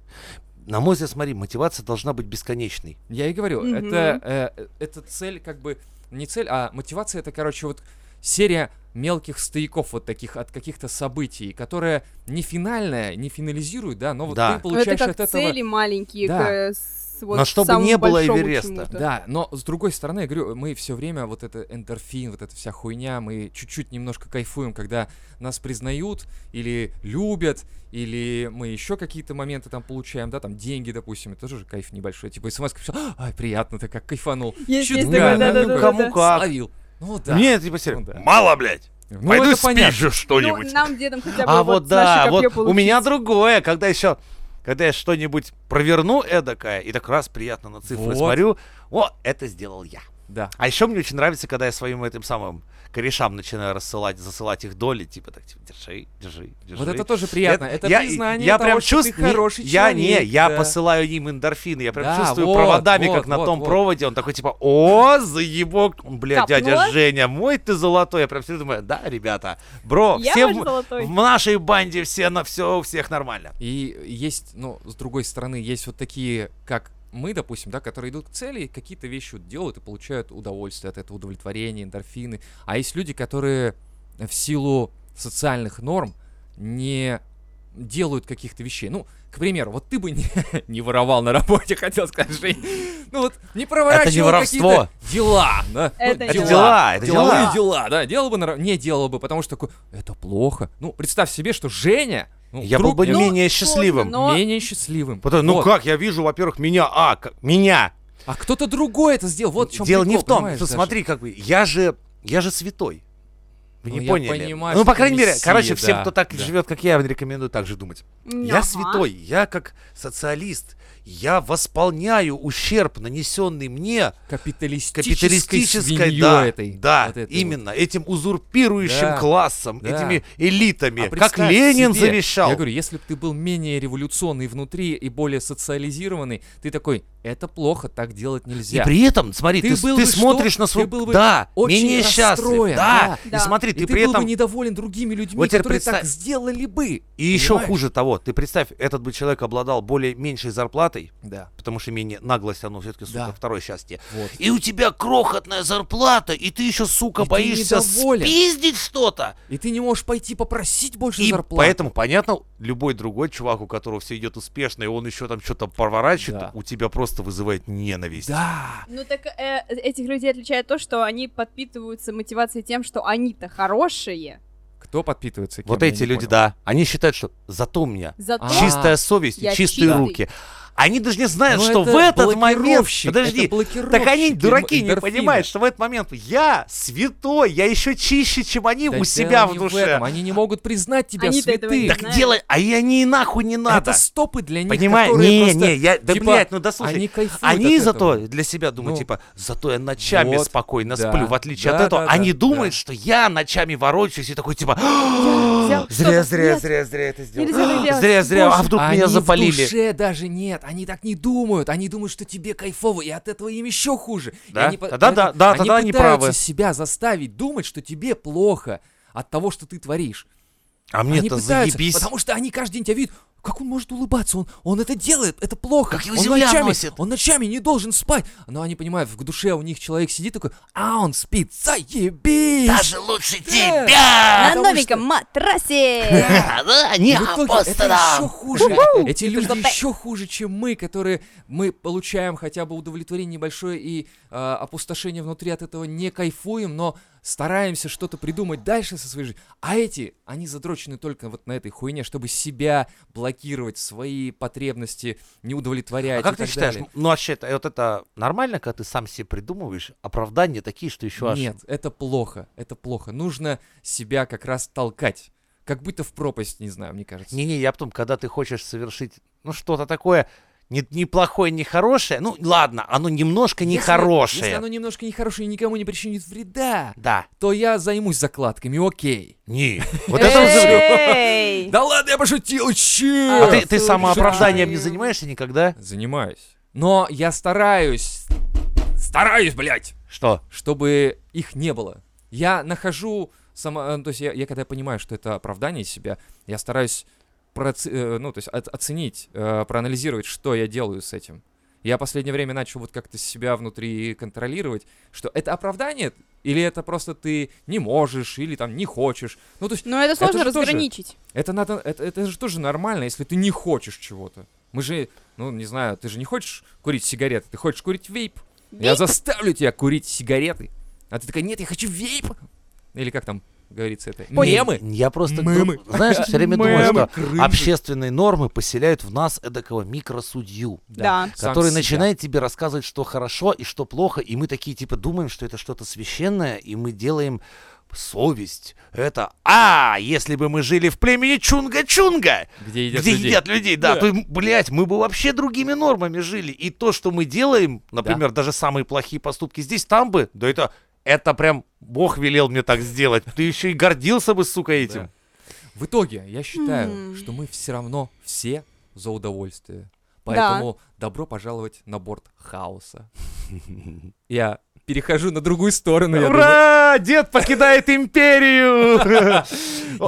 [SPEAKER 1] На мой взгляд, смотри, мотивация должна быть бесконечной.
[SPEAKER 2] Я и говорю,
[SPEAKER 3] Мгм.
[SPEAKER 2] это э, это цель как бы не цель, а мотивация это короче вот серия мелких стояков вот таких от каких-то событий, которая не финальная, не финализирует, да, но вот
[SPEAKER 1] Да.
[SPEAKER 2] ты
[SPEAKER 3] Но Ну, это
[SPEAKER 2] получаешь
[SPEAKER 3] как
[SPEAKER 2] от этого.
[SPEAKER 3] цели маленькие.
[SPEAKER 2] Да.
[SPEAKER 3] к, э, с- вот
[SPEAKER 1] Но
[SPEAKER 3] к
[SPEAKER 1] чтобы
[SPEAKER 3] самому
[SPEAKER 1] не было
[SPEAKER 3] большому
[SPEAKER 1] Эвереста.
[SPEAKER 3] чему-то.
[SPEAKER 2] Да, но с другой стороны, я говорю, мы все время вот это эндорфин, вот эта вся хуйня, мы чуть-чуть немножко кайфуем, когда нас признают или любят, или мы еще какие-то моменты там получаем, да, там деньги, допустим, это тоже же кайф небольшой, типа смс ай, приятно, ты как кайфанул,
[SPEAKER 3] Есть, есть
[SPEAKER 2] Чё,
[SPEAKER 3] такое,
[SPEAKER 2] да,
[SPEAKER 3] да, да,
[SPEAKER 2] ну,
[SPEAKER 3] да,
[SPEAKER 1] кому
[SPEAKER 3] да.
[SPEAKER 1] как.
[SPEAKER 2] словил. Ну да.
[SPEAKER 1] Нет, типа, серия,
[SPEAKER 2] Ну да.
[SPEAKER 1] мало, блядь.
[SPEAKER 2] ну,
[SPEAKER 1] Пойду
[SPEAKER 2] это понятно.
[SPEAKER 1] спизжу
[SPEAKER 3] Ну,
[SPEAKER 1] что-нибудь.
[SPEAKER 3] нам, дедам, хотя бы
[SPEAKER 1] а
[SPEAKER 3] вот,
[SPEAKER 1] вот да,
[SPEAKER 3] наши
[SPEAKER 1] вот
[SPEAKER 3] копье
[SPEAKER 1] у меня
[SPEAKER 3] получить.
[SPEAKER 1] другое, когда еще, когда я что-нибудь проверну эдакое, и так раз приятно на цифры
[SPEAKER 2] Вот.
[SPEAKER 1] смотрю, о, это сделал я.
[SPEAKER 2] Да.
[SPEAKER 1] А еще мне очень нравится, когда я своим этим самым корешам начинаю рассылать, засылать их доли, типа так, типа, держи, держи, держи.
[SPEAKER 2] Вот это тоже приятно. Это,
[SPEAKER 1] я,
[SPEAKER 2] признание
[SPEAKER 1] я
[SPEAKER 2] того,
[SPEAKER 1] прям
[SPEAKER 2] что ты
[SPEAKER 1] чувствую, не-
[SPEAKER 2] хороший
[SPEAKER 1] я
[SPEAKER 2] человек.
[SPEAKER 1] не, я
[SPEAKER 2] да.
[SPEAKER 1] посылаю им эндорфины, я прям
[SPEAKER 2] Да,
[SPEAKER 1] чувствую
[SPEAKER 2] вот,
[SPEAKER 1] проводами,
[SPEAKER 2] вот,
[SPEAKER 1] как на
[SPEAKER 2] вот,
[SPEAKER 1] том
[SPEAKER 2] вот.
[SPEAKER 1] проводе, он такой типа, о, заебок, бля, дядя
[SPEAKER 3] Капнуло?
[SPEAKER 1] Женя, мой ты золотой, я прям всегда думаю, да, ребята, бро,
[SPEAKER 3] Я
[SPEAKER 1] все
[SPEAKER 3] ваш
[SPEAKER 1] в-
[SPEAKER 3] золотой.
[SPEAKER 1] в нашей банде все на все, у всех нормально.
[SPEAKER 2] И есть, ну, с другой стороны, есть вот такие, как мы, допустим, да, которые идут к цели, и какие-то вещи вот делают и получают удовольствие от этого, удовлетворение, эндорфины. А есть люди, которые в силу социальных норм не делают каких-то вещей. Ну, к примеру, вот ты бы не, не воровал на работе, хотел сказать, Жень. Ну вот, не проворачивал
[SPEAKER 1] воровство.
[SPEAKER 2] какие-то дела, да.
[SPEAKER 3] Это
[SPEAKER 2] Ну,
[SPEAKER 1] Это
[SPEAKER 3] Дела.
[SPEAKER 1] дела, это
[SPEAKER 2] Деловые
[SPEAKER 1] дела.
[SPEAKER 3] Дела.
[SPEAKER 2] дела, да, делал бы, на ра- не делал бы, потому что такой, это плохо. Ну, представь себе, что Женя, ну,
[SPEAKER 1] Я был
[SPEAKER 2] вдруг
[SPEAKER 1] бы
[SPEAKER 2] не-
[SPEAKER 3] Ну,
[SPEAKER 1] менее
[SPEAKER 3] сложно,
[SPEAKER 1] счастливым.
[SPEAKER 3] но-
[SPEAKER 2] менее счастливым.
[SPEAKER 1] Потому- ну
[SPEAKER 2] Вот.
[SPEAKER 1] как, я вижу, во-первых, меня, а, как- меня,
[SPEAKER 2] А кто-то другой это сделал. Вот в чем
[SPEAKER 1] Дело не в том, что смотри, как бы, я же, я же святой. Вы
[SPEAKER 2] Ну,
[SPEAKER 1] не
[SPEAKER 2] я
[SPEAKER 1] поняли.
[SPEAKER 2] понимаю,
[SPEAKER 1] ну, по
[SPEAKER 2] что
[SPEAKER 1] крайней
[SPEAKER 2] ты
[SPEAKER 1] мере,
[SPEAKER 2] мессия,
[SPEAKER 1] короче, всем,
[SPEAKER 2] да,
[SPEAKER 1] кто так
[SPEAKER 2] да.
[SPEAKER 1] живет, как я, рекомендую так же думать. Я
[SPEAKER 3] Ага.
[SPEAKER 1] святой, я как социалист, я восполняю ущерб, нанесенный мне
[SPEAKER 2] капиталистической,
[SPEAKER 1] капиталистической,
[SPEAKER 2] свиньей
[SPEAKER 1] да,
[SPEAKER 2] этой.
[SPEAKER 1] да,
[SPEAKER 2] вот этой
[SPEAKER 1] именно этим узурпирующим
[SPEAKER 2] Да,
[SPEAKER 1] классом,
[SPEAKER 2] да.
[SPEAKER 1] этими элитами,
[SPEAKER 2] вот. А
[SPEAKER 1] как
[SPEAKER 2] представь
[SPEAKER 1] Ленин
[SPEAKER 2] себе,
[SPEAKER 1] завещал.
[SPEAKER 2] Я говорю, если бы ты был менее революционный внутри и более социализированный, ты такой, это плохо, так делать
[SPEAKER 1] И
[SPEAKER 2] нельзя.
[SPEAKER 1] при этом, смотри,
[SPEAKER 2] Ты
[SPEAKER 1] ты, с-
[SPEAKER 2] был
[SPEAKER 1] ты
[SPEAKER 2] бы
[SPEAKER 1] смотришь
[SPEAKER 2] что?
[SPEAKER 1] на свой...
[SPEAKER 2] Ты был бы
[SPEAKER 1] да,
[SPEAKER 2] очень
[SPEAKER 1] менее счастлив.
[SPEAKER 2] расстроен,
[SPEAKER 1] Да.
[SPEAKER 3] да.
[SPEAKER 1] И смотри,
[SPEAKER 2] И
[SPEAKER 1] ты,
[SPEAKER 2] ты
[SPEAKER 1] при
[SPEAKER 2] был
[SPEAKER 1] этом...
[SPEAKER 2] бы недоволен другими людьми,
[SPEAKER 1] Вот теперь
[SPEAKER 2] которые так
[SPEAKER 1] представь-
[SPEAKER 2] сделали бы.
[SPEAKER 1] И еще
[SPEAKER 2] Понимаешь?
[SPEAKER 1] хуже того, ты представь, этот бы человек обладал более меньшей зарплатой,
[SPEAKER 2] Да,
[SPEAKER 1] потому что менее наглость, оно все-таки, сука,
[SPEAKER 2] Да.
[SPEAKER 1] второе счастье.
[SPEAKER 2] вот.
[SPEAKER 1] И у тебя крохотная зарплата, и ты еще, сука,
[SPEAKER 2] И ты
[SPEAKER 1] боишься
[SPEAKER 2] недоволен.
[SPEAKER 1] спиздить что-то.
[SPEAKER 2] И ты не можешь пойти попросить больше
[SPEAKER 1] И
[SPEAKER 2] зарплаты.
[SPEAKER 1] поэтому, понятно, любой другой чувак, у которого все идет успешно, и он еще там что-то проворачивает,
[SPEAKER 2] Да.
[SPEAKER 1] у тебя просто вызывает ненависть.
[SPEAKER 2] Да.
[SPEAKER 3] Ну так э, этих людей отличает то, что они подпитываются мотивацией тем, что они-то хорошие.
[SPEAKER 2] Кто подпитывается? кем,
[SPEAKER 1] Вот
[SPEAKER 2] я
[SPEAKER 1] эти
[SPEAKER 2] не
[SPEAKER 1] люди,
[SPEAKER 2] понял.
[SPEAKER 1] да, они считают, что зато у меня
[SPEAKER 3] Зато
[SPEAKER 2] А.
[SPEAKER 1] чистая совесть и
[SPEAKER 3] Я
[SPEAKER 1] чистые
[SPEAKER 3] чистый.
[SPEAKER 1] руки. Они даже не знают,
[SPEAKER 2] Ну,
[SPEAKER 1] что
[SPEAKER 2] это
[SPEAKER 1] в этот момент...
[SPEAKER 2] блокировщик,
[SPEAKER 1] Подожди,
[SPEAKER 2] это блокировщик
[SPEAKER 1] Так они
[SPEAKER 2] эм-
[SPEAKER 1] дураки не
[SPEAKER 2] эндорфина.
[SPEAKER 1] понимают, что в этот момент я святой, я еще чище, чем они
[SPEAKER 2] Да
[SPEAKER 1] у
[SPEAKER 2] дело
[SPEAKER 1] себя в
[SPEAKER 2] не
[SPEAKER 1] душе.
[SPEAKER 2] этом, Они не могут признать тебя
[SPEAKER 3] Они-то этого не
[SPEAKER 2] святым.
[SPEAKER 1] Так
[SPEAKER 3] Знаешь.
[SPEAKER 1] делай, а я не нахуй не надо.
[SPEAKER 2] Это стопы для них,
[SPEAKER 1] Понимаешь?
[SPEAKER 2] которые
[SPEAKER 1] Не,
[SPEAKER 2] просто,
[SPEAKER 1] не, я, да
[SPEAKER 2] типа,
[SPEAKER 1] блядь, ну да слушай.
[SPEAKER 2] они
[SPEAKER 1] Они,
[SPEAKER 2] кайфуют от
[SPEAKER 1] зато
[SPEAKER 2] этого.
[SPEAKER 1] для себя думают,
[SPEAKER 2] Ну.
[SPEAKER 1] типа, зато я ночами
[SPEAKER 2] Вот,
[SPEAKER 1] спокойно
[SPEAKER 2] да,
[SPEAKER 1] сплю, в отличие
[SPEAKER 2] да,
[SPEAKER 1] от этого.
[SPEAKER 2] да, да,
[SPEAKER 1] они думают,
[SPEAKER 2] да.
[SPEAKER 1] что я ночами ворочаюсь и такой, типа,
[SPEAKER 3] взял
[SPEAKER 1] зря,
[SPEAKER 3] что-то,
[SPEAKER 1] зря,
[SPEAKER 3] нет,
[SPEAKER 1] зря, зря это сделал.
[SPEAKER 3] нельзя так делать,
[SPEAKER 1] Зря, зря, а
[SPEAKER 3] боже.
[SPEAKER 1] вдруг
[SPEAKER 2] они
[SPEAKER 1] меня
[SPEAKER 2] в
[SPEAKER 1] запалили.
[SPEAKER 2] душе даже нет, они так не думают, они думают, что тебе кайфово, и от этого им еще хуже. И
[SPEAKER 1] Да?
[SPEAKER 2] они по-
[SPEAKER 1] Да, да, да,
[SPEAKER 2] они-
[SPEAKER 1] да,
[SPEAKER 2] они
[SPEAKER 1] тогда они
[SPEAKER 2] пытаются
[SPEAKER 1] правы.
[SPEAKER 2] себя заставить думать, что тебе плохо от того, что ты творишь.
[SPEAKER 1] А
[SPEAKER 2] они
[SPEAKER 1] мне-то
[SPEAKER 2] пытаются,
[SPEAKER 1] «А заебись.
[SPEAKER 2] потому что они каждый день тебя видят, Как он может улыбаться? Он, он это делает, это плохо.
[SPEAKER 1] Как его
[SPEAKER 2] он
[SPEAKER 1] земля
[SPEAKER 2] ночами,
[SPEAKER 1] носит.
[SPEAKER 2] Он ночами не должен спать. Но они понимают, в душе у них человек сидит такой, а он спит, заебись.
[SPEAKER 1] Даже лучше
[SPEAKER 2] Да.
[SPEAKER 1] тебя!
[SPEAKER 3] На
[SPEAKER 2] потому
[SPEAKER 3] новеньком матрасе!
[SPEAKER 1] Да, не а
[SPEAKER 2] И Ну, в итоге это еще
[SPEAKER 1] апостолом!
[SPEAKER 2] хуже. Эти люди
[SPEAKER 3] что-то.
[SPEAKER 2] еще хуже, чем мы, которые мы получаем хотя бы удовлетворение небольшое и э, опустошение внутри от этого не кайфуем, но стараемся что-то придумать дальше со своей жизнью. А эти, они задрочены только вот на этой хуйне, чтобы себя блокировать, свои потребности не удовлетворять.
[SPEAKER 1] А
[SPEAKER 2] и
[SPEAKER 1] как ты
[SPEAKER 2] так
[SPEAKER 1] считаешь,
[SPEAKER 2] далее.
[SPEAKER 1] ну вообще, это- вот это нормально, когда ты сам себе придумываешь оправдания такие, что еще аж...
[SPEAKER 2] Нет, это плохо, это плохо. Нужно себя как раз толкать. Как будто в пропасть, не знаю, мне кажется.
[SPEAKER 1] Не-не, я потом, когда ты хочешь совершить, ну, что-то такое, не, неплохое, нехорошее, ну, ладно, оно немножко
[SPEAKER 2] Если-
[SPEAKER 1] нехорошее.
[SPEAKER 2] Если оно немножко нехорошее и никому не причинит вреда,
[SPEAKER 1] Да.
[SPEAKER 2] то я займусь закладками, окей.
[SPEAKER 1] Не. Вот это уже...
[SPEAKER 3] Эй!
[SPEAKER 2] Да ладно, я пошутил, че?
[SPEAKER 1] А ты, ты
[SPEAKER 3] Слушай.
[SPEAKER 1] самооправданием не занимаешься никогда?
[SPEAKER 2] Занимаюсь. Но я стараюсь, стараюсь, блядь,
[SPEAKER 1] Что?
[SPEAKER 2] чтобы их не было. Я нахожу, само, э, то есть я, я когда понимаю, что это оправдание себя, я стараюсь проц- э, ну, то есть от- оценить, э, проанализировать, что я делаю с этим. Я последнее время начал вот как-то себя внутри контролировать, что это оправдание или это просто ты не можешь или там не хочешь. Ну, то есть
[SPEAKER 3] Ну, это сложно
[SPEAKER 2] же тоже-
[SPEAKER 3] разграничить.
[SPEAKER 2] Это надо, это, это же тоже нормально, если ты не хочешь чего-то. Мы же, ну не знаю, ты же не хочешь курить сигареты, ты хочешь курить вейп. Я
[SPEAKER 3] Вейп?
[SPEAKER 2] заставлю тебя курить сигареты. А ты такая, нет, я хочу вейп. Или как там говорится это?
[SPEAKER 1] Не,
[SPEAKER 2] Мемы.
[SPEAKER 1] Я просто,
[SPEAKER 2] Мемы.
[SPEAKER 1] дум- знаешь, все время думаю,
[SPEAKER 2] Мемы,
[SPEAKER 1] что
[SPEAKER 2] крым.
[SPEAKER 1] общественные нормы поселяют в нас эдакого микросудью,
[SPEAKER 3] Да.
[SPEAKER 2] Сам
[SPEAKER 1] который
[SPEAKER 2] себя.
[SPEAKER 1] начинает тебе рассказывать, что хорошо и что плохо, и мы такие типа думаем, что это что-то священное, и мы делаем совесть. Это а, если бы мы жили в племени Чунга-Чунга,
[SPEAKER 2] Где едят
[SPEAKER 1] где
[SPEAKER 2] людей.
[SPEAKER 1] едят людей, да,
[SPEAKER 2] Да.
[SPEAKER 1] то, блядь, мы бы вообще другими нормами жили. И то, что мы делаем, например, даже самые плохие поступки здесь, там бы, да это, это прям Бог велел мне так сделать. Ты еще и гордился бы, сука, этим.
[SPEAKER 2] Да. В итоге, я считаю,
[SPEAKER 3] М.
[SPEAKER 2] что мы все равно все за удовольствие. Поэтому добро пожаловать на борт хаоса. Я перехожу на другую сторону. Ну, я думаю.
[SPEAKER 1] Ура! Дед покидает империю!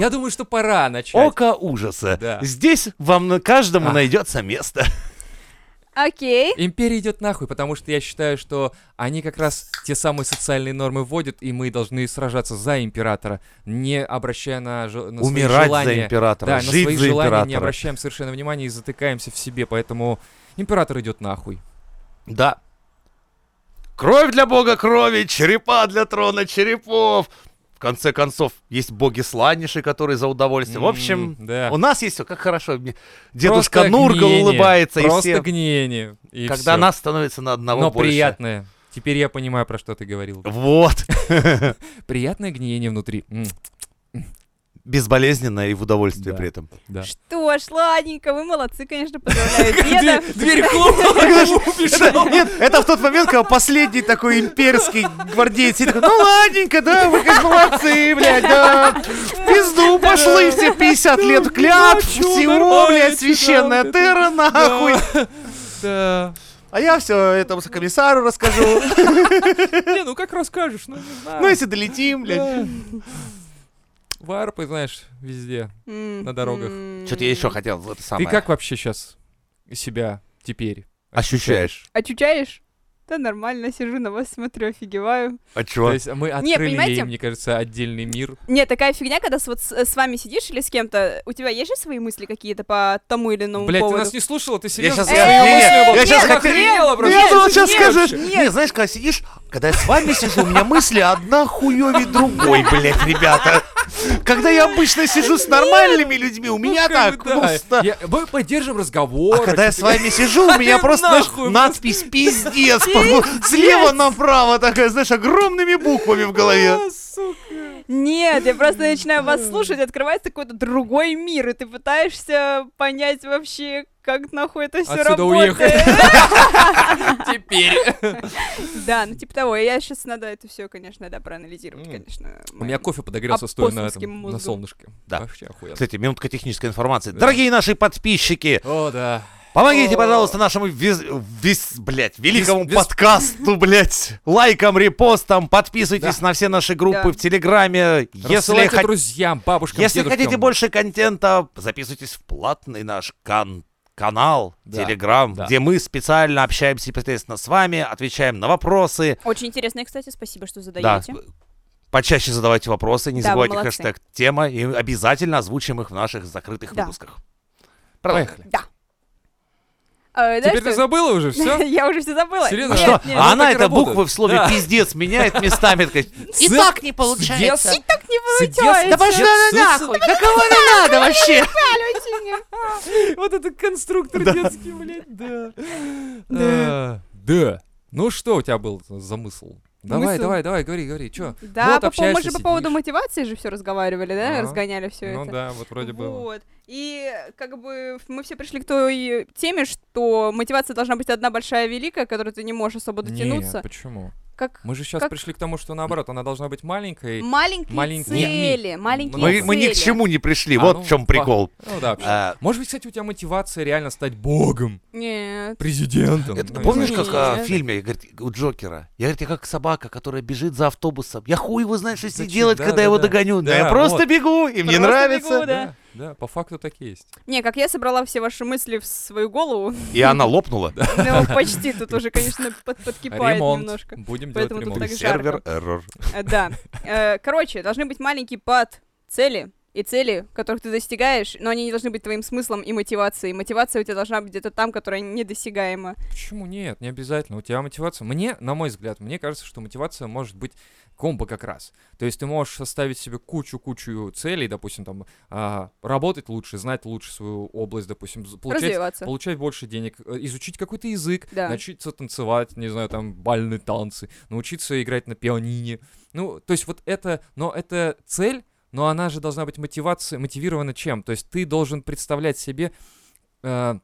[SPEAKER 2] Я думаю, что пора начать.
[SPEAKER 1] Око ужаса.
[SPEAKER 2] Да.
[SPEAKER 1] Здесь вам на каждому
[SPEAKER 2] А.
[SPEAKER 1] найдется место.
[SPEAKER 3] Окей.
[SPEAKER 2] Империя идет нахуй, потому что я считаю, что они как раз те самые социальные нормы вводят, и мы должны сражаться за императора, не обращая на, жел- на свои
[SPEAKER 1] Умирать
[SPEAKER 2] желания.
[SPEAKER 1] за императора,
[SPEAKER 2] Да, на
[SPEAKER 1] жить
[SPEAKER 2] свои
[SPEAKER 1] за
[SPEAKER 2] желания не
[SPEAKER 1] императора.
[SPEAKER 2] обращаем совершенно внимания и затыкаемся в себе, поэтому император идет нахуй.
[SPEAKER 1] Да. Кровь для бога крови, черепа для трона черепов. В конце концов, есть боги сланиши, которые за удовольствие. В общем,
[SPEAKER 2] М, да.
[SPEAKER 1] у нас есть все, как хорошо. Мне Дедушка
[SPEAKER 2] Просто
[SPEAKER 1] Нурга
[SPEAKER 2] гниение,
[SPEAKER 1] улыбается, и
[SPEAKER 2] Просто
[SPEAKER 1] все,
[SPEAKER 2] гниение. и
[SPEAKER 1] когда
[SPEAKER 2] всё.
[SPEAKER 1] нас становится на одного
[SPEAKER 2] Но
[SPEAKER 1] больше.
[SPEAKER 2] приятное. Теперь я понимаю, про что ты говорил.
[SPEAKER 1] Вот.
[SPEAKER 2] Приятное гниение внутри. М,
[SPEAKER 1] Безболезненно и в удовольствие
[SPEAKER 2] Да.
[SPEAKER 1] при этом.
[SPEAKER 2] да.
[SPEAKER 3] Что ж, ладненько, вы молодцы, конечно, поздравляю деда.
[SPEAKER 2] Дверь в клуб.
[SPEAKER 1] Это, нет, это в тот момент, когда последний такой имперский гвардеец сидит такой, ну ладненько, да, вы как молодцы, блядь, да. В пизду пошли все 50 лет клятв,
[SPEAKER 2] Ну, чё,
[SPEAKER 1] всего,
[SPEAKER 2] нормально, чё,
[SPEAKER 1] блядь, священная
[SPEAKER 2] да,
[SPEAKER 1] тера, нахуй.
[SPEAKER 2] Да.
[SPEAKER 1] А я все этому комиссару расскажу.
[SPEAKER 2] Не, ну как расскажешь, ну не знаю.
[SPEAKER 1] Ну, если долетим, блядь.
[SPEAKER 2] Варпы, знаешь, везде.
[SPEAKER 3] На
[SPEAKER 2] дорогах.
[SPEAKER 1] Что-то я еще хотел, это
[SPEAKER 2] Ты
[SPEAKER 1] самое.
[SPEAKER 2] как вообще сейчас себя теперь?
[SPEAKER 1] ощущаешь?
[SPEAKER 3] Очучаешь? А Да нормально, сижу на вас, смотрю, офигеваю.
[SPEAKER 1] А
[SPEAKER 2] То
[SPEAKER 1] чего?
[SPEAKER 2] есть мы
[SPEAKER 3] Не,
[SPEAKER 2] открыли
[SPEAKER 3] понимаете?
[SPEAKER 2] ей, мне кажется, отдельный мир.
[SPEAKER 3] Не, такая фигня, когда с, вот с, с вами сидишь или с кем-то, у тебя есть же свои мысли какие-то по тому или иному
[SPEAKER 2] Блять, ты
[SPEAKER 3] поводу?
[SPEAKER 2] нас не слушала, ты серьезно?
[SPEAKER 1] щас-
[SPEAKER 2] свои
[SPEAKER 3] Э,
[SPEAKER 2] мысли
[SPEAKER 3] не,
[SPEAKER 2] обо-
[SPEAKER 3] я щас
[SPEAKER 2] Ты
[SPEAKER 3] хотел-
[SPEAKER 2] охренела
[SPEAKER 3] Просто
[SPEAKER 1] Я
[SPEAKER 3] нет,
[SPEAKER 1] думал, сейчас
[SPEAKER 3] нет,
[SPEAKER 1] скажешь.
[SPEAKER 3] нет.
[SPEAKER 1] Не, знаешь, когда сидишь, когда я с вами сижу, у меня мысли одна хуёвей другой, блядь, ребята. Когда я обычно сижу с нормальными людьми, у
[SPEAKER 2] Ну,
[SPEAKER 1] меня
[SPEAKER 2] как
[SPEAKER 1] так
[SPEAKER 2] бы да.
[SPEAKER 1] просто...
[SPEAKER 2] Я- Мы поддержим разговор.
[SPEAKER 1] А когда я с вами сижу, у меня
[SPEAKER 2] Да
[SPEAKER 1] просто знаешь,
[SPEAKER 2] нахуй.
[SPEAKER 1] надпись «Пиздец» по- слева направо такая, знаешь, огромными буквами в голове.
[SPEAKER 3] Нет, я просто начинаю вас слушать, открывается какой-то другой мир, и ты пытаешься понять вообще, как нахуй это все
[SPEAKER 2] Отсюда
[SPEAKER 3] работает.
[SPEAKER 2] Теперь.
[SPEAKER 3] Да, ну типа того. Я сейчас надо это все, конечно, да, проанализировать,
[SPEAKER 2] М.
[SPEAKER 3] конечно.
[SPEAKER 2] У меня кофе подогрелся стоя на
[SPEAKER 3] Апостольским
[SPEAKER 2] этом, на
[SPEAKER 3] А мозгом.
[SPEAKER 2] солнышке.
[SPEAKER 1] Да.
[SPEAKER 2] Вообще охуенно.
[SPEAKER 1] Кстати, минутка технической информации.
[SPEAKER 2] Да.
[SPEAKER 1] Дорогие наши подписчики,
[SPEAKER 2] О, да.
[SPEAKER 1] Помогите,
[SPEAKER 2] О.
[SPEAKER 1] пожалуйста, нашему виз- виз- блядь, великому
[SPEAKER 2] Вис- вис-
[SPEAKER 1] подкасту, блядь. Лайком, репостом, подписывайтесь на все наши группы
[SPEAKER 3] Да.
[SPEAKER 1] в Телеграме. Если,
[SPEAKER 2] Рассылайте
[SPEAKER 1] хот-
[SPEAKER 2] друзьям, бабушкам,
[SPEAKER 1] Если
[SPEAKER 2] дедушкам.
[SPEAKER 1] хотите больше контента, записывайтесь в платный наш кан- канал,
[SPEAKER 2] Да,
[SPEAKER 1] Телеграм,
[SPEAKER 2] да.
[SPEAKER 1] где мы специально общаемся непосредственно с вами, отвечаем на вопросы,
[SPEAKER 3] Очень интересно, и, кстати, спасибо, что
[SPEAKER 1] Да.
[SPEAKER 3] задаете.
[SPEAKER 1] Почаще задавайте вопросы, не
[SPEAKER 3] Да, вы
[SPEAKER 1] забывайте
[SPEAKER 3] молодцы.
[SPEAKER 1] хэштег тема, и обязательно озвучим их в наших закрытых
[SPEAKER 3] Да.
[SPEAKER 1] выпусках.
[SPEAKER 2] Поехали.
[SPEAKER 3] Да. А, знаешь
[SPEAKER 2] Теперь ты
[SPEAKER 3] что?
[SPEAKER 2] забыла уже все?
[SPEAKER 3] Я уже все забыла.
[SPEAKER 2] Серьезно?
[SPEAKER 3] Нет,
[SPEAKER 1] Что?
[SPEAKER 3] нет.
[SPEAKER 1] а
[SPEAKER 2] ну
[SPEAKER 1] она
[SPEAKER 2] так и
[SPEAKER 1] это
[SPEAKER 2] работает.
[SPEAKER 1] буквы в слове
[SPEAKER 2] Да.
[SPEAKER 1] пиздец меняет местами. такая,
[SPEAKER 2] И так не получается. И так не получается.
[SPEAKER 3] Да
[SPEAKER 2] пошла нахуй. Да кого не надо вообще? Вот это конструктор детский, блядь, да. А, Да. Ну что у тебя был замысл? Давай,
[SPEAKER 3] Мысл?
[SPEAKER 2] давай, давай, говори, говорри, чё? Вот
[SPEAKER 3] Да, по- по- мы
[SPEAKER 2] общаешься,
[SPEAKER 3] же по поводу
[SPEAKER 2] сидишь.
[SPEAKER 3] мотивации же все разговаривали, да,
[SPEAKER 2] Ага.
[SPEAKER 3] разгоняли все
[SPEAKER 2] Ну
[SPEAKER 3] это.
[SPEAKER 2] да, вот вроде бы.
[SPEAKER 3] Вот. И э, как бы ф- мы все пришли к той теме, что мотивация должна быть одна большая великая, которую ты не можешь особо дотянуться.
[SPEAKER 2] Нет, почему?
[SPEAKER 3] Как
[SPEAKER 2] Мы же сейчас
[SPEAKER 3] Как-
[SPEAKER 2] пришли к тому, что наоборот, она должна быть маленькой.
[SPEAKER 3] маленькие,
[SPEAKER 2] маленькие-
[SPEAKER 3] цели, маленькие
[SPEAKER 1] Мы,
[SPEAKER 3] цели.
[SPEAKER 1] мы ни к чему не пришли,
[SPEAKER 2] А,
[SPEAKER 1] вот
[SPEAKER 2] ну,
[SPEAKER 1] в чем
[SPEAKER 2] па-
[SPEAKER 1] прикол.
[SPEAKER 2] Ну да, вообще.
[SPEAKER 1] А,
[SPEAKER 2] Может быть, кстати, у тебя мотивация реально стать богом,
[SPEAKER 3] Нет.
[SPEAKER 2] президентом.
[SPEAKER 1] это
[SPEAKER 2] ну, не
[SPEAKER 1] помнишь,
[SPEAKER 2] знаю.
[SPEAKER 1] как а,
[SPEAKER 3] Нет.
[SPEAKER 1] в фильме говорит, у Джокера? Я говорит, я как собака, которая бежит за автобусом. Я хуй его знает, что с ней
[SPEAKER 2] Зачем?
[SPEAKER 1] делать,
[SPEAKER 2] Да,
[SPEAKER 1] когда
[SPEAKER 2] да,
[SPEAKER 1] я его
[SPEAKER 2] да.
[SPEAKER 1] догоню. Да,
[SPEAKER 2] Да,
[SPEAKER 1] я просто
[SPEAKER 2] вот.
[SPEAKER 1] бегу, и мне
[SPEAKER 3] Просто
[SPEAKER 1] нравится.
[SPEAKER 3] бегу, да.
[SPEAKER 2] Да, да, по факту так и есть.
[SPEAKER 3] Не, как я собрала все ваши мысли в свою голову,
[SPEAKER 1] И она лопнула.
[SPEAKER 3] ну почти тут уже, конечно, под- подкипает
[SPEAKER 2] ремонт.
[SPEAKER 3] немножко.
[SPEAKER 2] Будем делать
[SPEAKER 3] Поэтому тут
[SPEAKER 2] ремонт.
[SPEAKER 3] так
[SPEAKER 1] Сервер
[SPEAKER 3] жарко.
[SPEAKER 1] эррор.
[SPEAKER 3] Э, Да. Э, Короче, должны быть маленькие под цели и цели, которых ты достигаешь, но они не должны быть твоим смыслом и мотивацией. Мотивация у тебя должна быть где-то там, которая недосягаема.
[SPEAKER 2] Почему нет? Не обязательно. У тебя мотивация. Мне, на мой взгляд, мне кажется, что мотивация может быть комбо как раз. То есть ты можешь составить себе кучу-кучу целей, допустим, там а, работать лучше, знать лучше свою область, допустим, з- получать,
[SPEAKER 3] Развиваться.
[SPEAKER 2] получать больше денег, э, изучить какой-то язык,
[SPEAKER 3] Да.
[SPEAKER 2] научиться танцевать, не знаю, там бальные танцы, научиться играть на пианине. Ну, то есть вот это, но это цель, но она же должна быть мотивация, мотивирована чем? То есть ты должен представлять себе э,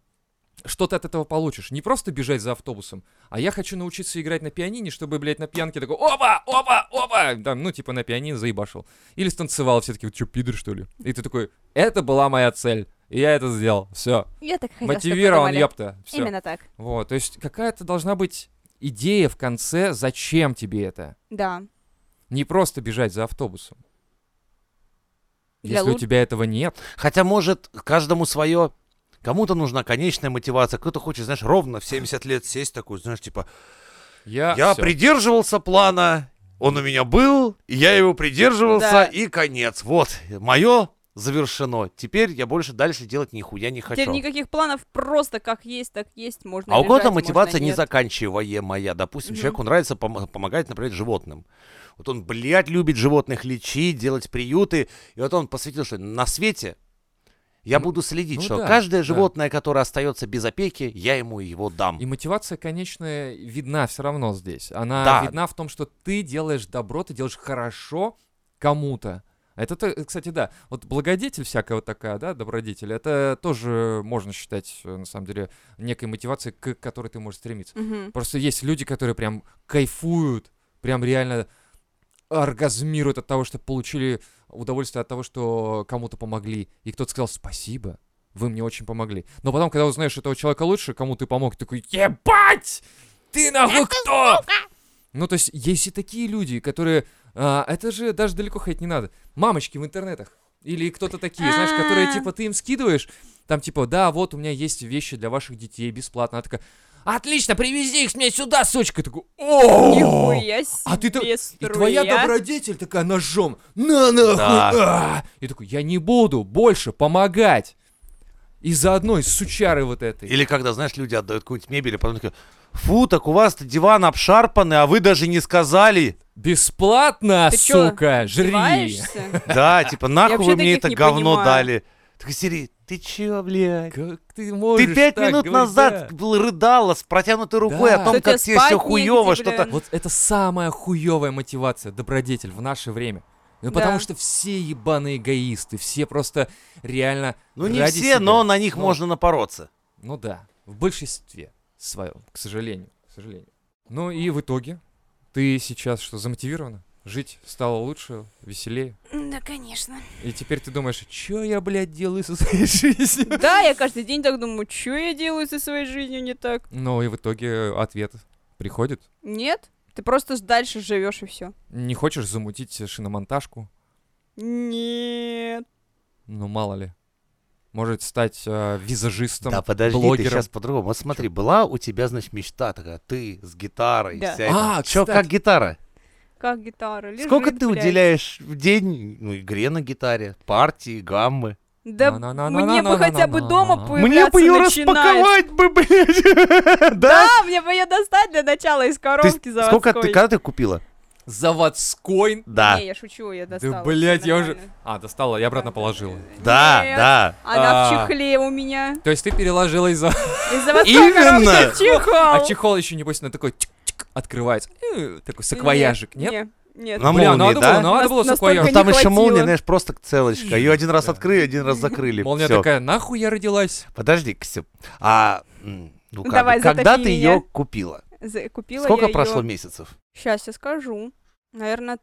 [SPEAKER 2] что ты от этого получишь. Не просто бежать за автобусом, а я хочу научиться играть на пианине, чтобы, блядь, на пьянке такой «Опа! Опа! Опа!» там, Ну, типа на пианино заебашил. Или станцевал все таки «Чё, пидор, что ли?» И ты такой «Это была моя цель, и я это сделал, все,
[SPEAKER 3] Я так хотела, чтоб вы
[SPEAKER 2] мотивирован,
[SPEAKER 3] думали.
[SPEAKER 2] ёпта, все».
[SPEAKER 3] Именно так.
[SPEAKER 2] Вот, то есть какая-то должна быть идея в конце, зачем тебе это.
[SPEAKER 3] Да.
[SPEAKER 2] Не просто бежать за автобусом.
[SPEAKER 3] Для
[SPEAKER 2] Если у
[SPEAKER 3] луд-
[SPEAKER 2] тебя этого нет,
[SPEAKER 1] Хотя, может, каждому свое. Кому-то нужна конечная мотивация, кто-то хочет, знаешь, ровно в 70 лет сесть такой, знаешь, типа,
[SPEAKER 2] я,
[SPEAKER 1] я
[SPEAKER 2] А, всё.
[SPEAKER 1] придерживался плана, он у меня был, и я его придерживался,
[SPEAKER 3] Да.
[SPEAKER 1] и конец. Вот, мое завершено. Теперь я больше дальше делать нихуя не хочу.
[SPEAKER 3] Теперь никаких планов, просто как есть, так есть, можно
[SPEAKER 1] А у кого-то
[SPEAKER 3] лежать, можно
[SPEAKER 1] мотивация не
[SPEAKER 3] нет.
[SPEAKER 1] заканчиваемая. Допустим,
[SPEAKER 3] Мгм.
[SPEAKER 1] человеку нравится пом- помогать, например, животным. Вот он, блядь, любит животных лечить, делать приюты. И вот он посвятил, что на свете я
[SPEAKER 2] Ну,
[SPEAKER 1] буду следить,
[SPEAKER 2] ну
[SPEAKER 1] что
[SPEAKER 2] да,
[SPEAKER 1] каждое
[SPEAKER 2] да.
[SPEAKER 1] животное, которое остается без опеки, я ему его дам.
[SPEAKER 2] И мотивация, конечно, видна все равно здесь. Она
[SPEAKER 1] Да.
[SPEAKER 2] видна в том, что ты делаешь добро, ты делаешь хорошо кому-то. Это, то- кстати, да, вот благодетель всякая вот такая, да, добродетель, это тоже можно считать, э, на самом деле, некой мотивацией, к которой ты можешь стремиться.
[SPEAKER 3] Мгм.
[SPEAKER 2] Просто есть люди, которые прям кайфуют, прям реально оргазмируют от того, что получили удовольствие от того, что кому-то помогли. И кто-то сказал «Спасибо, вы мне очень помогли». Но потом, когда узнаешь этого человека лучше, кому ты помог, ты такой «Ебать! Ты нахуй кто?» Ну, то есть, есть и такие люди, которые... а, это же даже далеко ходить не надо. Мамочки в интернетах. Или кто-то такие, знаешь, которые,
[SPEAKER 3] А.
[SPEAKER 2] типа, ты им скидываешь, там, типа, да, вот, у меня есть вещи для ваших детей бесплатно. Она такая, отлично, привези их мне сюда, сучка. Я такой, о
[SPEAKER 3] Нихуя себе,
[SPEAKER 2] А ты-то- и
[SPEAKER 3] струя.
[SPEAKER 2] твоя добродетель такая ножом. На нахуй!
[SPEAKER 1] Да.
[SPEAKER 2] а!» И такой, я не буду больше помогать. И заодно из сучары вот этой.
[SPEAKER 1] Или когда, знаешь, люди отдают какую-нибудь мебель, и потом такие, фу, так у вас-то диван обшарпанный, а вы даже не сказали.
[SPEAKER 2] Бесплатно,
[SPEAKER 3] Ты чё,
[SPEAKER 2] сука, жри.
[SPEAKER 3] издеваешься?
[SPEAKER 1] Да, типа, нахуй
[SPEAKER 3] вообще
[SPEAKER 1] вы мне
[SPEAKER 3] таких
[SPEAKER 1] это
[SPEAKER 3] не
[SPEAKER 1] говно
[SPEAKER 3] понимаю.
[SPEAKER 1] дали. Такой, Сири, ты чё, блядь?
[SPEAKER 2] Как ты
[SPEAKER 1] Ты
[SPEAKER 2] можешь
[SPEAKER 1] пять
[SPEAKER 2] так
[SPEAKER 1] минут
[SPEAKER 2] говорить, да?
[SPEAKER 1] назад был- рыдала с протянутой рукой
[SPEAKER 2] Да.
[SPEAKER 1] о том, как
[SPEAKER 3] Что тебе
[SPEAKER 1] тебе все
[SPEAKER 3] спать
[SPEAKER 1] хуево,
[SPEAKER 3] негде,
[SPEAKER 1] что-то.
[SPEAKER 3] бля.
[SPEAKER 2] Вот это самая хуевая мотивация, добродетель в наше время. Ну, потому
[SPEAKER 3] Да.
[SPEAKER 2] что все ебаные эгоисты, все просто реально
[SPEAKER 1] Ну не
[SPEAKER 2] ради
[SPEAKER 1] все,
[SPEAKER 2] себя.
[SPEAKER 1] но на них
[SPEAKER 2] Ну,
[SPEAKER 1] можно напороться.
[SPEAKER 2] Ну да, в большинстве своем, к сожалению, к сожалению. Ну и в итоге, ты сейчас что, замотивирована? Жить стало лучше, веселее.
[SPEAKER 3] Да, конечно.
[SPEAKER 2] И теперь ты думаешь, чё я, блядь, делаю со своей жизнью?
[SPEAKER 3] Да, я каждый день так думаю, что я делаю со своей жизнью не так.
[SPEAKER 2] Ну и в итоге ответ приходит.
[SPEAKER 3] Нет, ты просто ж дальше живешь и все.
[SPEAKER 2] Не хочешь замутить шиномонтажку?
[SPEAKER 3] Нет.
[SPEAKER 2] Ну, мало ли. Может стать э, визажистом,
[SPEAKER 1] Да, подожди, ты
[SPEAKER 2] блогером.
[SPEAKER 1] сейчас по-другому. Вот смотри, была у тебя, значит, мечта такая, ты с гитарой,
[SPEAKER 3] Да.
[SPEAKER 1] вся
[SPEAKER 2] А,
[SPEAKER 1] эта- Чё,
[SPEAKER 2] кстати.
[SPEAKER 1] как гитара?
[SPEAKER 3] Как гитара лежит,
[SPEAKER 1] Сколько ты
[SPEAKER 3] блядь.
[SPEAKER 1] уделяешь в день, ну, игре на гитаре, партии, гаммы?
[SPEAKER 3] Да
[SPEAKER 2] Ну, На-на-на-на-на-на-на-на.
[SPEAKER 3] мне бы хотя бы дома
[SPEAKER 1] Мне
[SPEAKER 3] появляться
[SPEAKER 1] бы ее
[SPEAKER 3] начинает.
[SPEAKER 1] распаковать бы, блядь! Да?
[SPEAKER 3] Да, мне бы ее достать для начала из
[SPEAKER 1] Ты
[SPEAKER 3] коробки
[SPEAKER 1] с- сколько ты,
[SPEAKER 3] заводской.
[SPEAKER 1] когда ты купила?
[SPEAKER 2] Заводской.
[SPEAKER 1] Да,
[SPEAKER 3] Не, я шучу, я
[SPEAKER 2] Да,
[SPEAKER 3] достала.
[SPEAKER 2] блядь,
[SPEAKER 3] всё
[SPEAKER 2] я уже-
[SPEAKER 3] нормально.
[SPEAKER 2] А, достала, я обратно положила.
[SPEAKER 1] да,
[SPEAKER 3] Нет.
[SPEAKER 1] да.
[SPEAKER 3] Она в
[SPEAKER 2] А.
[SPEAKER 3] чехле у меня.
[SPEAKER 2] То есть ты переложила из-за...
[SPEAKER 3] Из заводской
[SPEAKER 1] Именно.
[SPEAKER 3] коробки в чехол.
[SPEAKER 2] А чехол еще, небось, на такой тик-тик открывается. Э, Такой саквояжик, нет?
[SPEAKER 3] Нет, нет.
[SPEAKER 1] На
[SPEAKER 2] Бля, ну,
[SPEAKER 1] молнии,
[SPEAKER 2] надо
[SPEAKER 1] да?
[SPEAKER 2] было, надо
[SPEAKER 3] Нас-
[SPEAKER 2] было
[SPEAKER 3] настолько
[SPEAKER 1] Ну,
[SPEAKER 2] саквояж.
[SPEAKER 3] не
[SPEAKER 1] Там еще
[SPEAKER 3] хватило.
[SPEAKER 1] молния, знаешь, просто целочка. Ее один раз
[SPEAKER 2] Да.
[SPEAKER 1] открыли, один раз закрыли.
[SPEAKER 2] Молния
[SPEAKER 1] Всё.
[SPEAKER 2] такая, нахуй я родилась?
[SPEAKER 1] Подожди, Ксю. А м, ну
[SPEAKER 3] Ну,
[SPEAKER 1] как
[SPEAKER 3] давай,
[SPEAKER 1] бы, когда
[SPEAKER 3] затопи
[SPEAKER 1] ты
[SPEAKER 3] меня.
[SPEAKER 1] ее купила?
[SPEAKER 3] За- Купила
[SPEAKER 1] Сколько
[SPEAKER 3] я
[SPEAKER 1] прошло месяцев?
[SPEAKER 3] Сейчас я скажу. Наверное,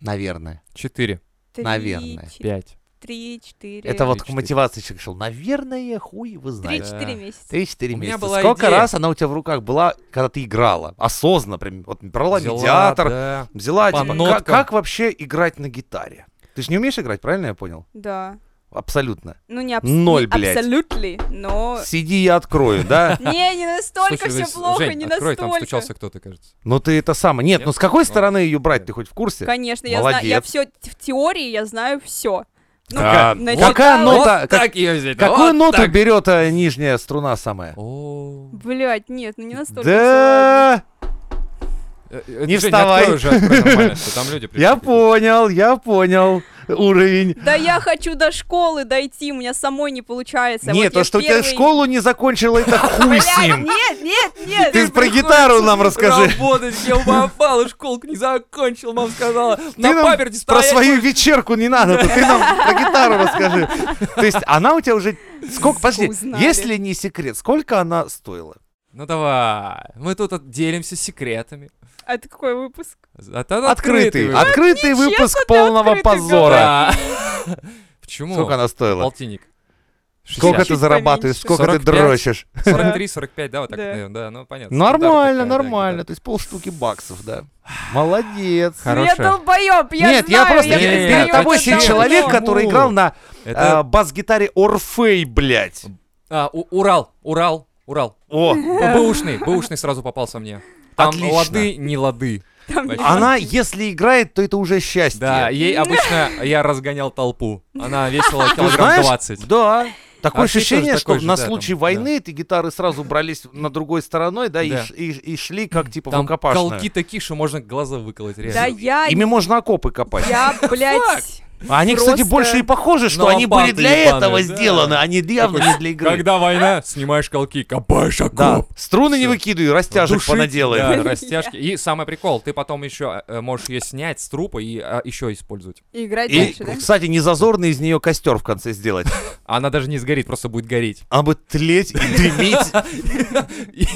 [SPEAKER 1] Наверное.
[SPEAKER 2] Четыре.
[SPEAKER 3] три,
[SPEAKER 1] Наверное.
[SPEAKER 3] че-
[SPEAKER 2] Пять.
[SPEAKER 3] три, четыре.
[SPEAKER 1] Это вот к
[SPEAKER 2] четыре.
[SPEAKER 1] мотивации человек шел. Наверное, хуй его знает.
[SPEAKER 3] Три-четыре
[SPEAKER 2] Да.
[SPEAKER 3] месяца.
[SPEAKER 1] Три-четыре
[SPEAKER 2] У меня
[SPEAKER 1] месяца.
[SPEAKER 2] была
[SPEAKER 1] Сколько
[SPEAKER 2] идея.
[SPEAKER 1] раз она у тебя в руках была, когда ты играла? Осознанно, прям. Вот брала
[SPEAKER 2] Взяла,
[SPEAKER 1] медиатор,
[SPEAKER 2] да.
[SPEAKER 1] взяла,
[SPEAKER 2] По
[SPEAKER 1] типа,
[SPEAKER 2] ноткам.
[SPEAKER 1] как, как вообще играть на гитаре? Ты же не умеешь играть, правильно я понял?
[SPEAKER 3] Да.
[SPEAKER 1] Абсолютно.
[SPEAKER 3] Ну, не абс-
[SPEAKER 1] Ноль,
[SPEAKER 3] не
[SPEAKER 1] блядь.
[SPEAKER 3] абсолютно, но...
[SPEAKER 1] Сиди, я открою, да?
[SPEAKER 3] Не, не настолько
[SPEAKER 2] Слушай,
[SPEAKER 3] все
[SPEAKER 2] Жень,
[SPEAKER 3] плохо,
[SPEAKER 2] Жень,
[SPEAKER 3] не
[SPEAKER 2] открой, там
[SPEAKER 3] настолько.
[SPEAKER 2] стучался кто-то, кажется.
[SPEAKER 1] Ну ты это самое. Нет, ну с какой стороны ее брать, ты хоть в курсе?
[SPEAKER 3] Конечно, я знаю, я
[SPEAKER 1] Молодец.
[SPEAKER 3] все в теории я знаю все.
[SPEAKER 1] Да.
[SPEAKER 3] начиталась.
[SPEAKER 1] Какая
[SPEAKER 3] Ну,
[SPEAKER 2] вот
[SPEAKER 1] нота? как-
[SPEAKER 2] так ее взять.
[SPEAKER 1] Какую
[SPEAKER 2] вот
[SPEAKER 1] ноту
[SPEAKER 2] так.
[SPEAKER 1] берет э, нижняя струна самая?
[SPEAKER 2] О.
[SPEAKER 3] Блять, нет, ну не настолько. всё, ладно.
[SPEAKER 1] Да,
[SPEAKER 2] Э, э,
[SPEAKER 1] Не
[SPEAKER 2] Жень,
[SPEAKER 1] вставай.
[SPEAKER 2] открой уже, открой нормально, что там люди пришли.
[SPEAKER 1] я понял, я понял уровень.
[SPEAKER 3] Да я хочу до школы дойти, у меня самой не получается.
[SPEAKER 1] Нет,
[SPEAKER 3] Вот
[SPEAKER 1] то,
[SPEAKER 3] я
[SPEAKER 1] что
[SPEAKER 3] первый-
[SPEAKER 1] ты школу не закончила, это хуй
[SPEAKER 3] Блядь,
[SPEAKER 1] с ним.
[SPEAKER 3] Нет, нет, нет.
[SPEAKER 1] Ты про гитару нам расскажи.
[SPEAKER 2] Работать, я попал, и школку не закончил, мама сказала.
[SPEAKER 1] Ты
[SPEAKER 2] На
[SPEAKER 1] нам
[SPEAKER 2] паперте
[SPEAKER 1] Про
[SPEAKER 2] стоять.
[SPEAKER 1] свою вечерку не надо, то ты нам про гитару расскажи. То есть она у тебя уже... Сколько, подожди,
[SPEAKER 3] Узнали.
[SPEAKER 1] если не секрет, сколько она стоила?
[SPEAKER 2] Ну давай, мы тут от- делимся секретами.
[SPEAKER 3] А это какой выпуск?
[SPEAKER 2] А то она
[SPEAKER 1] Открытый.
[SPEAKER 2] открытый.
[SPEAKER 1] Открытый
[SPEAKER 3] Честно,
[SPEAKER 1] выпуск
[SPEAKER 3] ты
[SPEAKER 1] полного
[SPEAKER 3] открытый
[SPEAKER 1] позора.
[SPEAKER 2] Да. Почему?
[SPEAKER 1] Сколько она стоила?
[SPEAKER 2] Полтинник.
[SPEAKER 1] Сколько
[SPEAKER 2] 60.
[SPEAKER 1] ты
[SPEAKER 3] Чуть
[SPEAKER 1] зарабатываешь,
[SPEAKER 3] поменьше.
[SPEAKER 1] сколько ты
[SPEAKER 2] 45.
[SPEAKER 1] дрочишь?
[SPEAKER 2] 43, 45, да, вот так,
[SPEAKER 3] Да.
[SPEAKER 2] наверное, да, ну понятно.
[SPEAKER 1] Нормально,
[SPEAKER 2] Стандарт такая, да,
[SPEAKER 1] нормально.
[SPEAKER 2] гитара.
[SPEAKER 1] То есть полштуки баксов, да. Молодец.
[SPEAKER 3] Ну
[SPEAKER 2] Хорошая.
[SPEAKER 3] Я долбоеб, я
[SPEAKER 1] Нет, я
[SPEAKER 3] знаю,
[SPEAKER 1] просто
[SPEAKER 3] я
[SPEAKER 2] Нет,
[SPEAKER 1] перед
[SPEAKER 3] признаю
[SPEAKER 2] это
[SPEAKER 1] тобой
[SPEAKER 3] это
[SPEAKER 1] сидит
[SPEAKER 2] всё
[SPEAKER 3] давно.
[SPEAKER 1] человек,
[SPEAKER 2] равно.
[SPEAKER 1] который играл на а,
[SPEAKER 2] Это,
[SPEAKER 1] бас-гитаре Орфей, блядь.
[SPEAKER 2] а, У- Урал, Урал, Урал.
[SPEAKER 1] О,
[SPEAKER 2] Бэушный, бэушный сразу попался мне. Там
[SPEAKER 1] Отлично.
[SPEAKER 2] лады, не лады.
[SPEAKER 3] Там
[SPEAKER 2] Вообще.
[SPEAKER 3] нет.
[SPEAKER 1] она, если играет, то это уже счастье.
[SPEAKER 2] Да, ей обычно я разгонял толпу. Она весила килограмм
[SPEAKER 1] знаешь,
[SPEAKER 2] 20.
[SPEAKER 1] Да. Такое
[SPEAKER 2] А ты
[SPEAKER 1] ощущение,
[SPEAKER 2] тоже
[SPEAKER 1] что
[SPEAKER 2] такой же,
[SPEAKER 1] на
[SPEAKER 2] да,
[SPEAKER 1] случай
[SPEAKER 2] там,
[SPEAKER 1] войны эти гитары сразу брались на другой стороной, да, и,
[SPEAKER 2] Да.
[SPEAKER 1] ш- и- и шли как типа в
[SPEAKER 2] Там
[SPEAKER 1] рукопашную.
[SPEAKER 2] колки такие, что можно глаза выколоть
[SPEAKER 3] Да
[SPEAKER 2] реально.
[SPEAKER 3] я,
[SPEAKER 1] Ими можно окопы копать.
[SPEAKER 3] я, блядь,
[SPEAKER 1] А Они, кстати,
[SPEAKER 3] просто-
[SPEAKER 1] больше и похожи, что
[SPEAKER 2] Ну,
[SPEAKER 1] они были
[SPEAKER 2] опанты
[SPEAKER 1] для
[SPEAKER 2] ебаные,
[SPEAKER 1] этого
[SPEAKER 2] да.
[SPEAKER 1] сделаны, они явно не для игры.
[SPEAKER 2] Когда война, снимаешь колки, копаешь
[SPEAKER 1] Да,
[SPEAKER 2] окоп.
[SPEAKER 1] струны не
[SPEAKER 2] Всё.
[SPEAKER 1] выкидывай, растяжек
[SPEAKER 2] Душить,
[SPEAKER 1] понаделаем.
[SPEAKER 2] да, растяжки. И самый прикол, ты потом еще э, можешь ее снять с трупа и еще использовать.
[SPEAKER 3] И играть
[SPEAKER 1] И,
[SPEAKER 3] дальше, да?
[SPEAKER 1] кстати, не зазорно из нее костер в конце сделать.
[SPEAKER 2] Она даже не сгорит, просто будет гореть.
[SPEAKER 1] Она будет тлеть и дымить.
[SPEAKER 2] И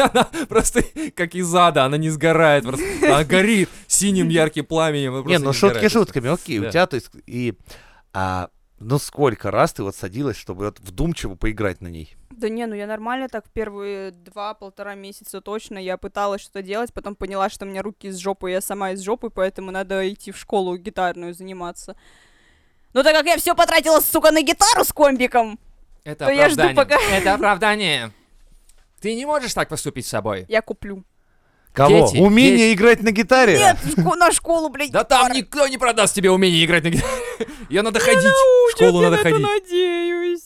[SPEAKER 2] она просто как из ада, она не сгорает, просто она горит синим ярким пламенем. и
[SPEAKER 1] Не,
[SPEAKER 2] просто
[SPEAKER 1] ну шутки
[SPEAKER 2] сгорает.
[SPEAKER 1] шутками, окей, у
[SPEAKER 2] Да.
[SPEAKER 1] тебя, то есть, и... а, Ну сколько раз ты вот садилась, чтобы вот вдумчиво поиграть на ней?
[SPEAKER 3] Да не, ну я нормально так в первые два-полтора месяца точно. Я пыталась что-то делать, потом поняла, что у меня руки из жопы, я сама из жопы, поэтому надо идти в школу гитарную заниматься. Но так как я все потратила, сука, на гитару с комбиком,
[SPEAKER 2] Это
[SPEAKER 3] То я жду,
[SPEAKER 2] оправдание.
[SPEAKER 3] пока-
[SPEAKER 2] Это оправдание. Ты не можешь так поступить с собой.
[SPEAKER 3] я куплю.
[SPEAKER 1] Кого?
[SPEAKER 2] Дети,
[SPEAKER 1] Умение играть на гитаре?
[SPEAKER 3] Нет, в шко- на школу, блядь,
[SPEAKER 2] Э. Да там никто не продаст тебе умение играть на гитаре. Ее надо ходить. В школу
[SPEAKER 3] я
[SPEAKER 2] надо
[SPEAKER 3] на это
[SPEAKER 2] ходить.
[SPEAKER 3] надеюсь.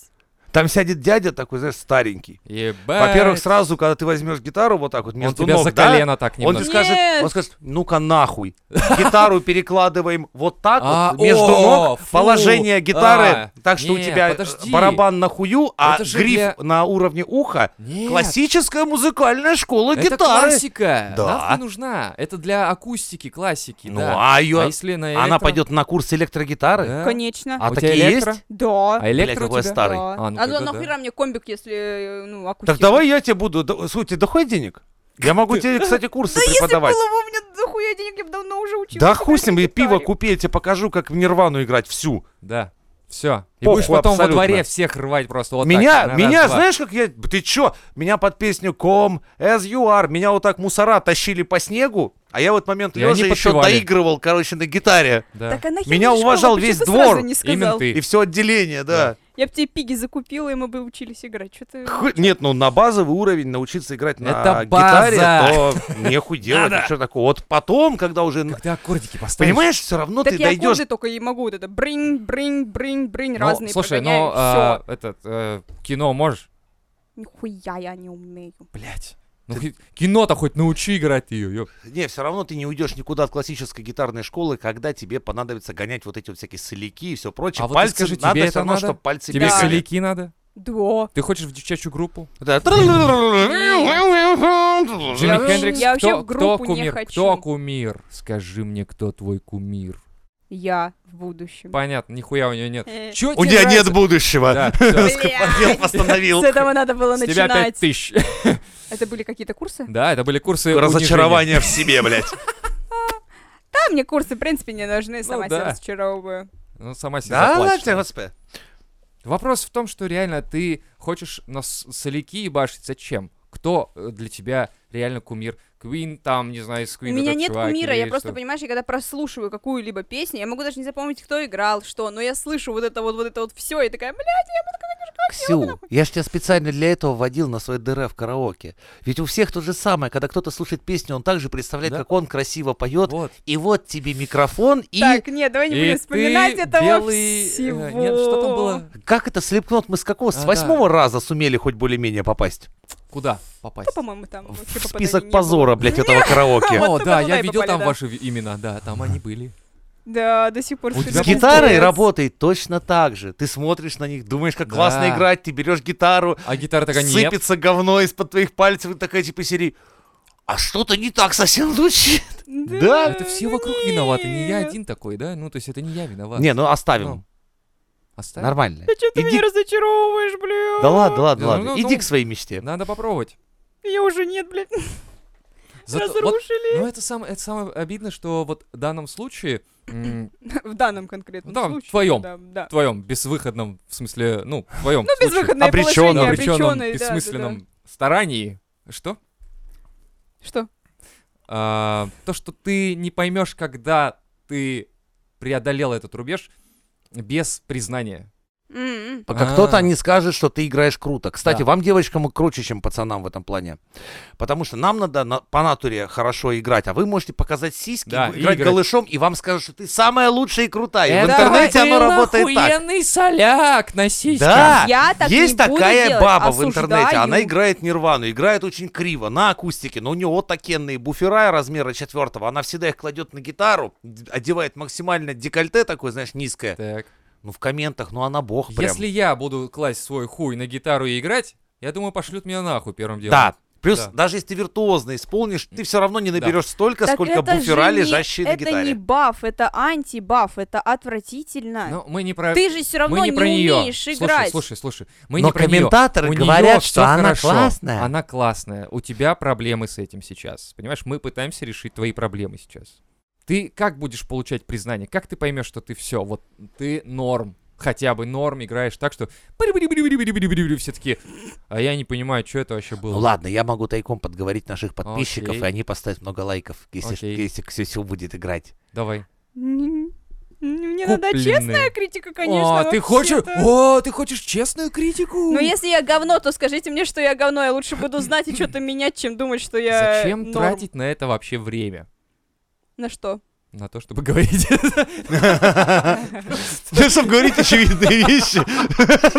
[SPEAKER 1] Там сядет дядя такой, знаешь, старенький.
[SPEAKER 2] Ебать.
[SPEAKER 1] Во-первых, сразу, когда ты возьмешь гитару вот так вот
[SPEAKER 2] Э, Он
[SPEAKER 1] между
[SPEAKER 2] тебя
[SPEAKER 1] ног,
[SPEAKER 2] за
[SPEAKER 1] да,
[SPEAKER 2] колено так
[SPEAKER 1] Он
[SPEAKER 2] немножко.
[SPEAKER 1] же скажет,
[SPEAKER 3] Нет.
[SPEAKER 1] он скажет, ну-ка нахуй. Гитару перекладываем вот так
[SPEAKER 2] А,
[SPEAKER 1] вот между
[SPEAKER 2] о,
[SPEAKER 1] ног,
[SPEAKER 2] фу,
[SPEAKER 1] положение гитары,
[SPEAKER 2] а,
[SPEAKER 1] так что у
[SPEAKER 2] не,
[SPEAKER 1] тебя э,
[SPEAKER 2] подожди.
[SPEAKER 1] барабан на хую, а
[SPEAKER 2] Это же
[SPEAKER 1] гриф
[SPEAKER 2] для-
[SPEAKER 1] на уровне уха.
[SPEAKER 2] Нет,
[SPEAKER 1] Классическая музыкальная школа
[SPEAKER 2] это
[SPEAKER 1] гитары.
[SPEAKER 2] классика.
[SPEAKER 1] Да.
[SPEAKER 2] Нам не нужна. Это для акустики, классики.
[SPEAKER 1] Ну,
[SPEAKER 2] да.
[SPEAKER 1] а ее,
[SPEAKER 2] А если на
[SPEAKER 1] она
[SPEAKER 2] электро?
[SPEAKER 1] пойдет на курс электрогитары.
[SPEAKER 2] Да.
[SPEAKER 3] Конечно.
[SPEAKER 1] А
[SPEAKER 2] У тебя
[SPEAKER 1] такие
[SPEAKER 2] электро?
[SPEAKER 1] есть?
[SPEAKER 3] Да.
[SPEAKER 2] А
[SPEAKER 1] Блядь,
[SPEAKER 2] электро у
[SPEAKER 1] какой я
[SPEAKER 2] тебя?
[SPEAKER 1] старый.
[SPEAKER 3] Да.
[SPEAKER 2] А, ну
[SPEAKER 3] А
[SPEAKER 2] тогда
[SPEAKER 3] ну
[SPEAKER 2] да.
[SPEAKER 3] нахера мне комбик, если, э, ну, акустика?
[SPEAKER 1] Так давай я тебе буду, да, слушай, да хоть денег. Я могу тебе, кстати, курсы
[SPEAKER 3] Да если
[SPEAKER 1] преподавать.
[SPEAKER 3] было бы у меня дохуя я денег, я бы давно уже учился.
[SPEAKER 1] Да
[SPEAKER 3] играть
[SPEAKER 1] хуй с
[SPEAKER 3] на
[SPEAKER 1] ним, я пиво
[SPEAKER 3] гитаре.
[SPEAKER 1] купи, я тебе покажу, как в Нирвану играть всю.
[SPEAKER 2] Да. Все. И
[SPEAKER 1] Похуй
[SPEAKER 2] будешь потом
[SPEAKER 1] абсолютно.
[SPEAKER 2] во дворе всех рвать просто вот
[SPEAKER 1] меня,
[SPEAKER 2] так. на
[SPEAKER 1] меня,
[SPEAKER 2] раз-два.
[SPEAKER 1] знаешь, как я... Ты чё? Меня под песню «Come as you are» меня вот так мусора тащили по снегу, а я в этот момент
[SPEAKER 2] И они
[SPEAKER 1] лежа еще
[SPEAKER 2] подпевали.
[SPEAKER 1] доигрывал, короче, на гитаре.
[SPEAKER 2] Да.
[SPEAKER 3] Так а нахер
[SPEAKER 1] Меня
[SPEAKER 3] мне школа?
[SPEAKER 1] уважал
[SPEAKER 3] Почему
[SPEAKER 1] весь
[SPEAKER 3] ты
[SPEAKER 1] двор.
[SPEAKER 3] сразу не сказал?
[SPEAKER 2] Именно ты.
[SPEAKER 1] И все отделение, да.
[SPEAKER 3] Я бы тебе пиги закупила, и мы бы учились играть. Что ты...
[SPEAKER 1] Ху- Нет, ну на базовый уровень научиться играть на
[SPEAKER 2] Это
[SPEAKER 1] гитаре, то
[SPEAKER 2] база.
[SPEAKER 1] нехуй делать, ничего такого. Вот потом, когда уже... на-
[SPEAKER 2] Когда аккордики поставишь.
[SPEAKER 1] Понимаешь, все
[SPEAKER 2] ну
[SPEAKER 1] равно
[SPEAKER 3] так
[SPEAKER 1] ты
[SPEAKER 3] я
[SPEAKER 1] дойдешь...
[SPEAKER 3] аккорды только и могу вот это бринь, бринь, бринь, бринь,
[SPEAKER 2] Ну,
[SPEAKER 3] разные
[SPEAKER 2] Слушай,
[SPEAKER 3] прогоняю,
[SPEAKER 2] ну, а, этот, э, кино можешь?
[SPEAKER 3] всё. Нихуя я не умею.
[SPEAKER 2] Блять. Ну, хоть- кино-то хоть научи играть ее, ёп.
[SPEAKER 1] Не, все равно ты не уйдешь никуда от классической гитарной школы, когда тебе понадобится гонять вот эти вот всякие соляки и все прочее.
[SPEAKER 2] А вот ты
[SPEAKER 1] пальцы
[SPEAKER 2] скажи,
[SPEAKER 1] надо
[SPEAKER 2] тебе
[SPEAKER 1] все
[SPEAKER 2] это
[SPEAKER 1] равно,
[SPEAKER 2] надо?
[SPEAKER 1] чтобы пальцы
[SPEAKER 2] Тебе
[SPEAKER 3] Да.
[SPEAKER 1] бегали.
[SPEAKER 2] соляки надо?
[SPEAKER 3] Да.
[SPEAKER 2] Ты хочешь в девчачью группу?
[SPEAKER 1] Да.
[SPEAKER 2] Джимми
[SPEAKER 3] вообще-
[SPEAKER 2] Хендрикс?
[SPEAKER 3] я
[SPEAKER 2] кто,
[SPEAKER 3] вообще в группу
[SPEAKER 2] кто
[SPEAKER 3] не
[SPEAKER 2] кумир?
[SPEAKER 3] хочу.
[SPEAKER 2] Кто кумир? Скажи мне, кто твой кумир?
[SPEAKER 3] Я в будущем.
[SPEAKER 2] Понятно, нихуя у нее нет.
[SPEAKER 3] Э.
[SPEAKER 2] Чё
[SPEAKER 1] У
[SPEAKER 2] тебе
[SPEAKER 1] тебя нет
[SPEAKER 2] нравится?
[SPEAKER 1] будущего.
[SPEAKER 2] Да, всё,
[SPEAKER 1] Скоподел постановил.
[SPEAKER 3] С этого надо было
[SPEAKER 2] С тебя пять
[SPEAKER 3] начинать.
[SPEAKER 2] тысяч.
[SPEAKER 3] Это были какие-то курсы?
[SPEAKER 2] Да, это были курсы унижения.
[SPEAKER 1] Разочарование в себе, блядь.
[SPEAKER 3] Да, мне курсы, в принципе, не нужны, сама себя
[SPEAKER 2] Ну да.
[SPEAKER 3] разочаровываю.
[SPEAKER 2] Ну, сама себе
[SPEAKER 1] Да,
[SPEAKER 2] заплачешь.
[SPEAKER 1] ладно, господи.
[SPEAKER 2] Вопрос в том, что реально ты хочешь на с- соляки ебашить. Зачем? Кто э, для тебя реально кумир? Квин там, не знаю, из
[SPEAKER 3] У
[SPEAKER 2] Квин
[SPEAKER 3] меня нет кумира, я просто, понимаешь, я когда прослушиваю какую-либо песню, я могу даже не запомнить, кто играл, что, но я слышу вот это вот, вот это вот все, и такая, блядь, я буду как
[SPEAKER 1] Ксю, я же тебя специально для этого водил на свой ДР в караоке. Ведь у всех то же самое, когда кто-то слушает песню, он также представляет,
[SPEAKER 2] Да.
[SPEAKER 1] как он красиво поет.
[SPEAKER 2] Вот.
[SPEAKER 1] И вот тебе микрофон, и
[SPEAKER 3] Так, нет, давай не
[SPEAKER 2] И
[SPEAKER 3] будем вспоминать
[SPEAKER 2] ты
[SPEAKER 3] этого
[SPEAKER 2] белый, э,
[SPEAKER 3] всего.
[SPEAKER 2] Нет, что там было?
[SPEAKER 1] как это слепнот мы с кокос с
[SPEAKER 2] А,
[SPEAKER 1] восьмого раза сумели хоть более-менее попасть
[SPEAKER 2] Куда
[SPEAKER 3] Да,
[SPEAKER 2] попасть?
[SPEAKER 3] Типа, по-моему, там вообще
[SPEAKER 1] в
[SPEAKER 3] попаданий
[SPEAKER 1] список
[SPEAKER 3] Ну, не было.
[SPEAKER 1] позора, блядь, этого караоке.
[SPEAKER 3] Вот
[SPEAKER 2] О,
[SPEAKER 3] мы
[SPEAKER 2] да,
[SPEAKER 3] туда
[SPEAKER 2] я
[SPEAKER 3] и
[SPEAKER 2] видел
[SPEAKER 3] попали,
[SPEAKER 2] там
[SPEAKER 3] да.
[SPEAKER 2] ваши ви- имена, да, там они были.
[SPEAKER 3] Да, до сих пор.
[SPEAKER 2] У
[SPEAKER 3] всё
[SPEAKER 2] тебя
[SPEAKER 1] С
[SPEAKER 3] это
[SPEAKER 1] гитарой
[SPEAKER 3] пиздец.
[SPEAKER 1] работает точно так же. Ты смотришь на них, думаешь, как
[SPEAKER 2] Да.
[SPEAKER 1] классно играть, ты берешь гитару,
[SPEAKER 2] А гитара такая нет.
[SPEAKER 1] сыпется говно из-под твоих пальцев, и такая типа серии. А что-то не так совсем звучит. Да.
[SPEAKER 2] Это все вокруг виноваты, не я
[SPEAKER 3] нет.
[SPEAKER 2] один такой, да? Ну, то есть это не я виноват.
[SPEAKER 1] Не, ну оставим.
[SPEAKER 2] Ну, Оставь.
[SPEAKER 1] Нормально.
[SPEAKER 3] Да что ты
[SPEAKER 1] Иди-
[SPEAKER 3] меня разочаровываешь, блядь?
[SPEAKER 1] Да ладно, ладно,
[SPEAKER 2] Ну,
[SPEAKER 1] ладно.
[SPEAKER 2] ну,
[SPEAKER 1] Иди
[SPEAKER 2] ну.
[SPEAKER 1] к своей мечте.
[SPEAKER 2] Надо попробовать.
[SPEAKER 3] Меня уже нет, блядь,
[SPEAKER 2] Зато- вот-
[SPEAKER 3] разрушили.
[SPEAKER 2] ну, это самое, это самое обидное, что вот в данном случае м,
[SPEAKER 3] В данном конкретном
[SPEAKER 2] Да, ну. в
[SPEAKER 3] случае.
[SPEAKER 2] твоем.
[SPEAKER 3] Да, да.
[SPEAKER 2] твоем безвыходном, в смысле, ну, в твоем
[SPEAKER 3] Ну, безвыходное
[SPEAKER 1] Обречённом,
[SPEAKER 3] положение,
[SPEAKER 2] обреченном,
[SPEAKER 3] обречённое, да, да,
[SPEAKER 2] бессмысленном старании, что?
[SPEAKER 3] да. Что?
[SPEAKER 2] А, то, что ты не поймешь, когда ты преодолел этот рубеж без признания.
[SPEAKER 3] М-м.
[SPEAKER 1] Пока
[SPEAKER 2] А.
[SPEAKER 1] кто-то не скажет, что ты играешь круто. Кстати,
[SPEAKER 2] Да.
[SPEAKER 1] вам, девочкам, круче, чем пацанам в этом плане. Потому что нам надо на- по натуре хорошо играть, а вы можете показать сиськи,
[SPEAKER 2] Да,
[SPEAKER 1] и
[SPEAKER 2] и
[SPEAKER 1] играть
[SPEAKER 2] играть. Э,
[SPEAKER 1] голышом, и вам скажут, что ты самая лучшая и крутая. И в
[SPEAKER 2] Это
[SPEAKER 1] интернете оно
[SPEAKER 2] был
[SPEAKER 1] работает так.
[SPEAKER 2] охуенный соляк на сиськах.
[SPEAKER 1] Да,
[SPEAKER 3] Я так
[SPEAKER 1] есть
[SPEAKER 3] не буду
[SPEAKER 1] такая
[SPEAKER 3] делать,
[SPEAKER 1] баба в
[SPEAKER 3] осуждаю.
[SPEAKER 1] интернете, она играет нирвану, играет очень криво, на акустике, но у нее вот такенные буфера размера четвертого, она всегда их кладет на гитару, д- одевает максимально декольте такое, знаешь, низкое.
[SPEAKER 2] Так.
[SPEAKER 1] Ну, в комментах, ну она бог прям.
[SPEAKER 2] Если я буду класть свой хуй на гитару и играть, я думаю, пошлют меня нахуй первым делом.
[SPEAKER 1] Да. Плюс,
[SPEAKER 2] Да.
[SPEAKER 1] даже если ты виртуозно исполнишь, ты все равно не наберешь столько,
[SPEAKER 3] Так
[SPEAKER 1] сколько
[SPEAKER 3] это же
[SPEAKER 1] буфера,
[SPEAKER 3] не-
[SPEAKER 1] лежащие на
[SPEAKER 3] Это не
[SPEAKER 1] гитаре.
[SPEAKER 3] баф, это антибаф, это отвратительно.
[SPEAKER 2] Но мы не про...
[SPEAKER 3] Ты же все равно
[SPEAKER 2] Ну, мы не, про неё.
[SPEAKER 3] умеешь играть.
[SPEAKER 2] Слушай, слушай, слушай. Мы
[SPEAKER 1] Но
[SPEAKER 2] не про неё.
[SPEAKER 1] комментаторы
[SPEAKER 2] У неё
[SPEAKER 1] говорят,
[SPEAKER 2] всё
[SPEAKER 1] что она
[SPEAKER 2] хорошо.
[SPEAKER 1] классная.
[SPEAKER 2] Она классная. У тебя проблемы с этим сейчас. Понимаешь, мы пытаемся решить твои проблемы сейчас. Ты как будешь получать признание? Как ты поймешь, что ты все, вот ты норм, хотя бы норм играешь так, что все такие, а я не понимаю, что это вообще было.
[SPEAKER 1] Ну ладно, я могу тайком подговорить наших подписчиков,
[SPEAKER 2] Окей.
[SPEAKER 1] и они поставят много лайков, если, ш-
[SPEAKER 2] Окей.
[SPEAKER 1] если Ксюсю будет играть.
[SPEAKER 2] Давай.
[SPEAKER 3] М, Мне М-м-м. надо
[SPEAKER 2] Купленные.
[SPEAKER 3] ну честная критика,
[SPEAKER 2] О,
[SPEAKER 3] конечно.
[SPEAKER 2] А, ты
[SPEAKER 3] вообще-то.
[SPEAKER 2] хочешь, о, ты хочешь честную критику?
[SPEAKER 3] Ну, если я говно, то скажите мне, что я говно. Я лучше буду знать и что-то менять, чем думать, что я
[SPEAKER 2] Зачем
[SPEAKER 3] норм.
[SPEAKER 2] тратить на это вообще время?
[SPEAKER 3] На что?
[SPEAKER 2] На то, чтобы говорить.
[SPEAKER 3] Ну
[SPEAKER 1] Чтобы Ну, говорить очевидные вещи.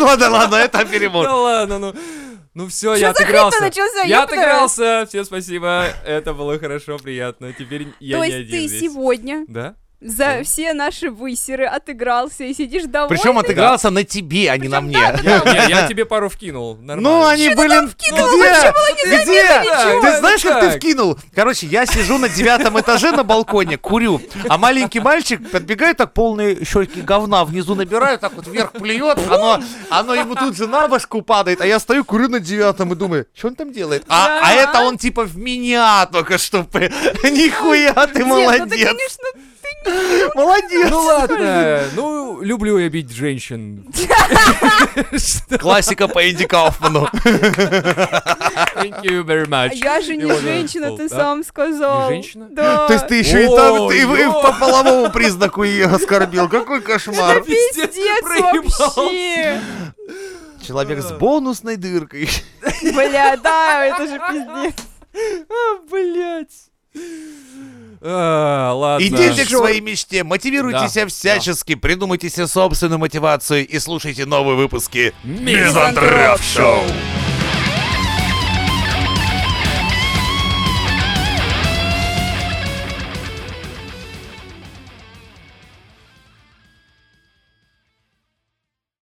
[SPEAKER 1] Ладно, ладно, это перебор.
[SPEAKER 2] Да ладно, ну. Ну все,
[SPEAKER 3] Что
[SPEAKER 2] я
[SPEAKER 3] за хрень-то
[SPEAKER 2] отыгрался.
[SPEAKER 3] начался,
[SPEAKER 2] Я
[SPEAKER 3] ёпта?
[SPEAKER 2] отыгрался. Всем спасибо. Это было хорошо, приятно. Теперь я
[SPEAKER 3] То
[SPEAKER 2] не
[SPEAKER 3] есть
[SPEAKER 2] один
[SPEAKER 3] ты
[SPEAKER 2] здесь.
[SPEAKER 3] сегодня
[SPEAKER 2] Да?
[SPEAKER 3] за все наши высеры отыгрался и сидишь довольный.
[SPEAKER 1] Причем отыгрался на тебе, а не на
[SPEAKER 3] Причём,
[SPEAKER 1] мне.
[SPEAKER 2] Я, не, я тебе пару вкинул.
[SPEAKER 1] Ну,
[SPEAKER 2] Нормально.
[SPEAKER 1] они были...
[SPEAKER 3] вкидывала?
[SPEAKER 1] Где?
[SPEAKER 3] Вообще
[SPEAKER 1] Где?
[SPEAKER 2] ничего.
[SPEAKER 1] Ты знаешь,
[SPEAKER 2] Ну
[SPEAKER 1] как ты
[SPEAKER 2] как?
[SPEAKER 1] вкинул? Короче, я сижу на девятом этаже на балконе, курю, а маленький мальчик подбегает, так полные щеки говна внизу набирают, так вот вверх плюет, оно, оно ему тут же на башку падает, а я стою, курю на девятом и думаю, что он там делает? А, а
[SPEAKER 3] Да.
[SPEAKER 1] это он типа в меня только что. при- Нихуя ты
[SPEAKER 3] Нет, ну ты,
[SPEAKER 1] молодец.
[SPEAKER 3] конечно,
[SPEAKER 1] Молодец.
[SPEAKER 2] Ну ладно, ну люблю я бить женщин. Что?
[SPEAKER 1] Классика по Энди Кауфману.
[SPEAKER 2] Thank you very much.
[SPEAKER 3] А я же не
[SPEAKER 2] А Его, да,
[SPEAKER 3] женщина,
[SPEAKER 2] пол,
[SPEAKER 3] ты
[SPEAKER 2] да?
[SPEAKER 3] сам сказал.
[SPEAKER 2] Не женщина?
[SPEAKER 3] Да.
[SPEAKER 1] То есть ты еще и там,
[SPEAKER 2] Ой,
[SPEAKER 1] ты и в- и
[SPEAKER 2] ё.
[SPEAKER 1] по половому признаку ее оскорбил. Какой кошмар.
[SPEAKER 2] Пиздец,
[SPEAKER 3] Пиздец
[SPEAKER 2] проебался.
[SPEAKER 3] вообще.
[SPEAKER 1] Человек с бонусной дыркой.
[SPEAKER 3] Бля, да, это же пиздец.
[SPEAKER 2] А, блядь. А, ладно.
[SPEAKER 1] Идите к своей мечте, мотивируйте
[SPEAKER 2] Да,
[SPEAKER 1] себя всячески, придумайте себе собственную мотивацию и слушайте новые выпуски
[SPEAKER 2] Мизантроп
[SPEAKER 1] Мизантроп Шоу.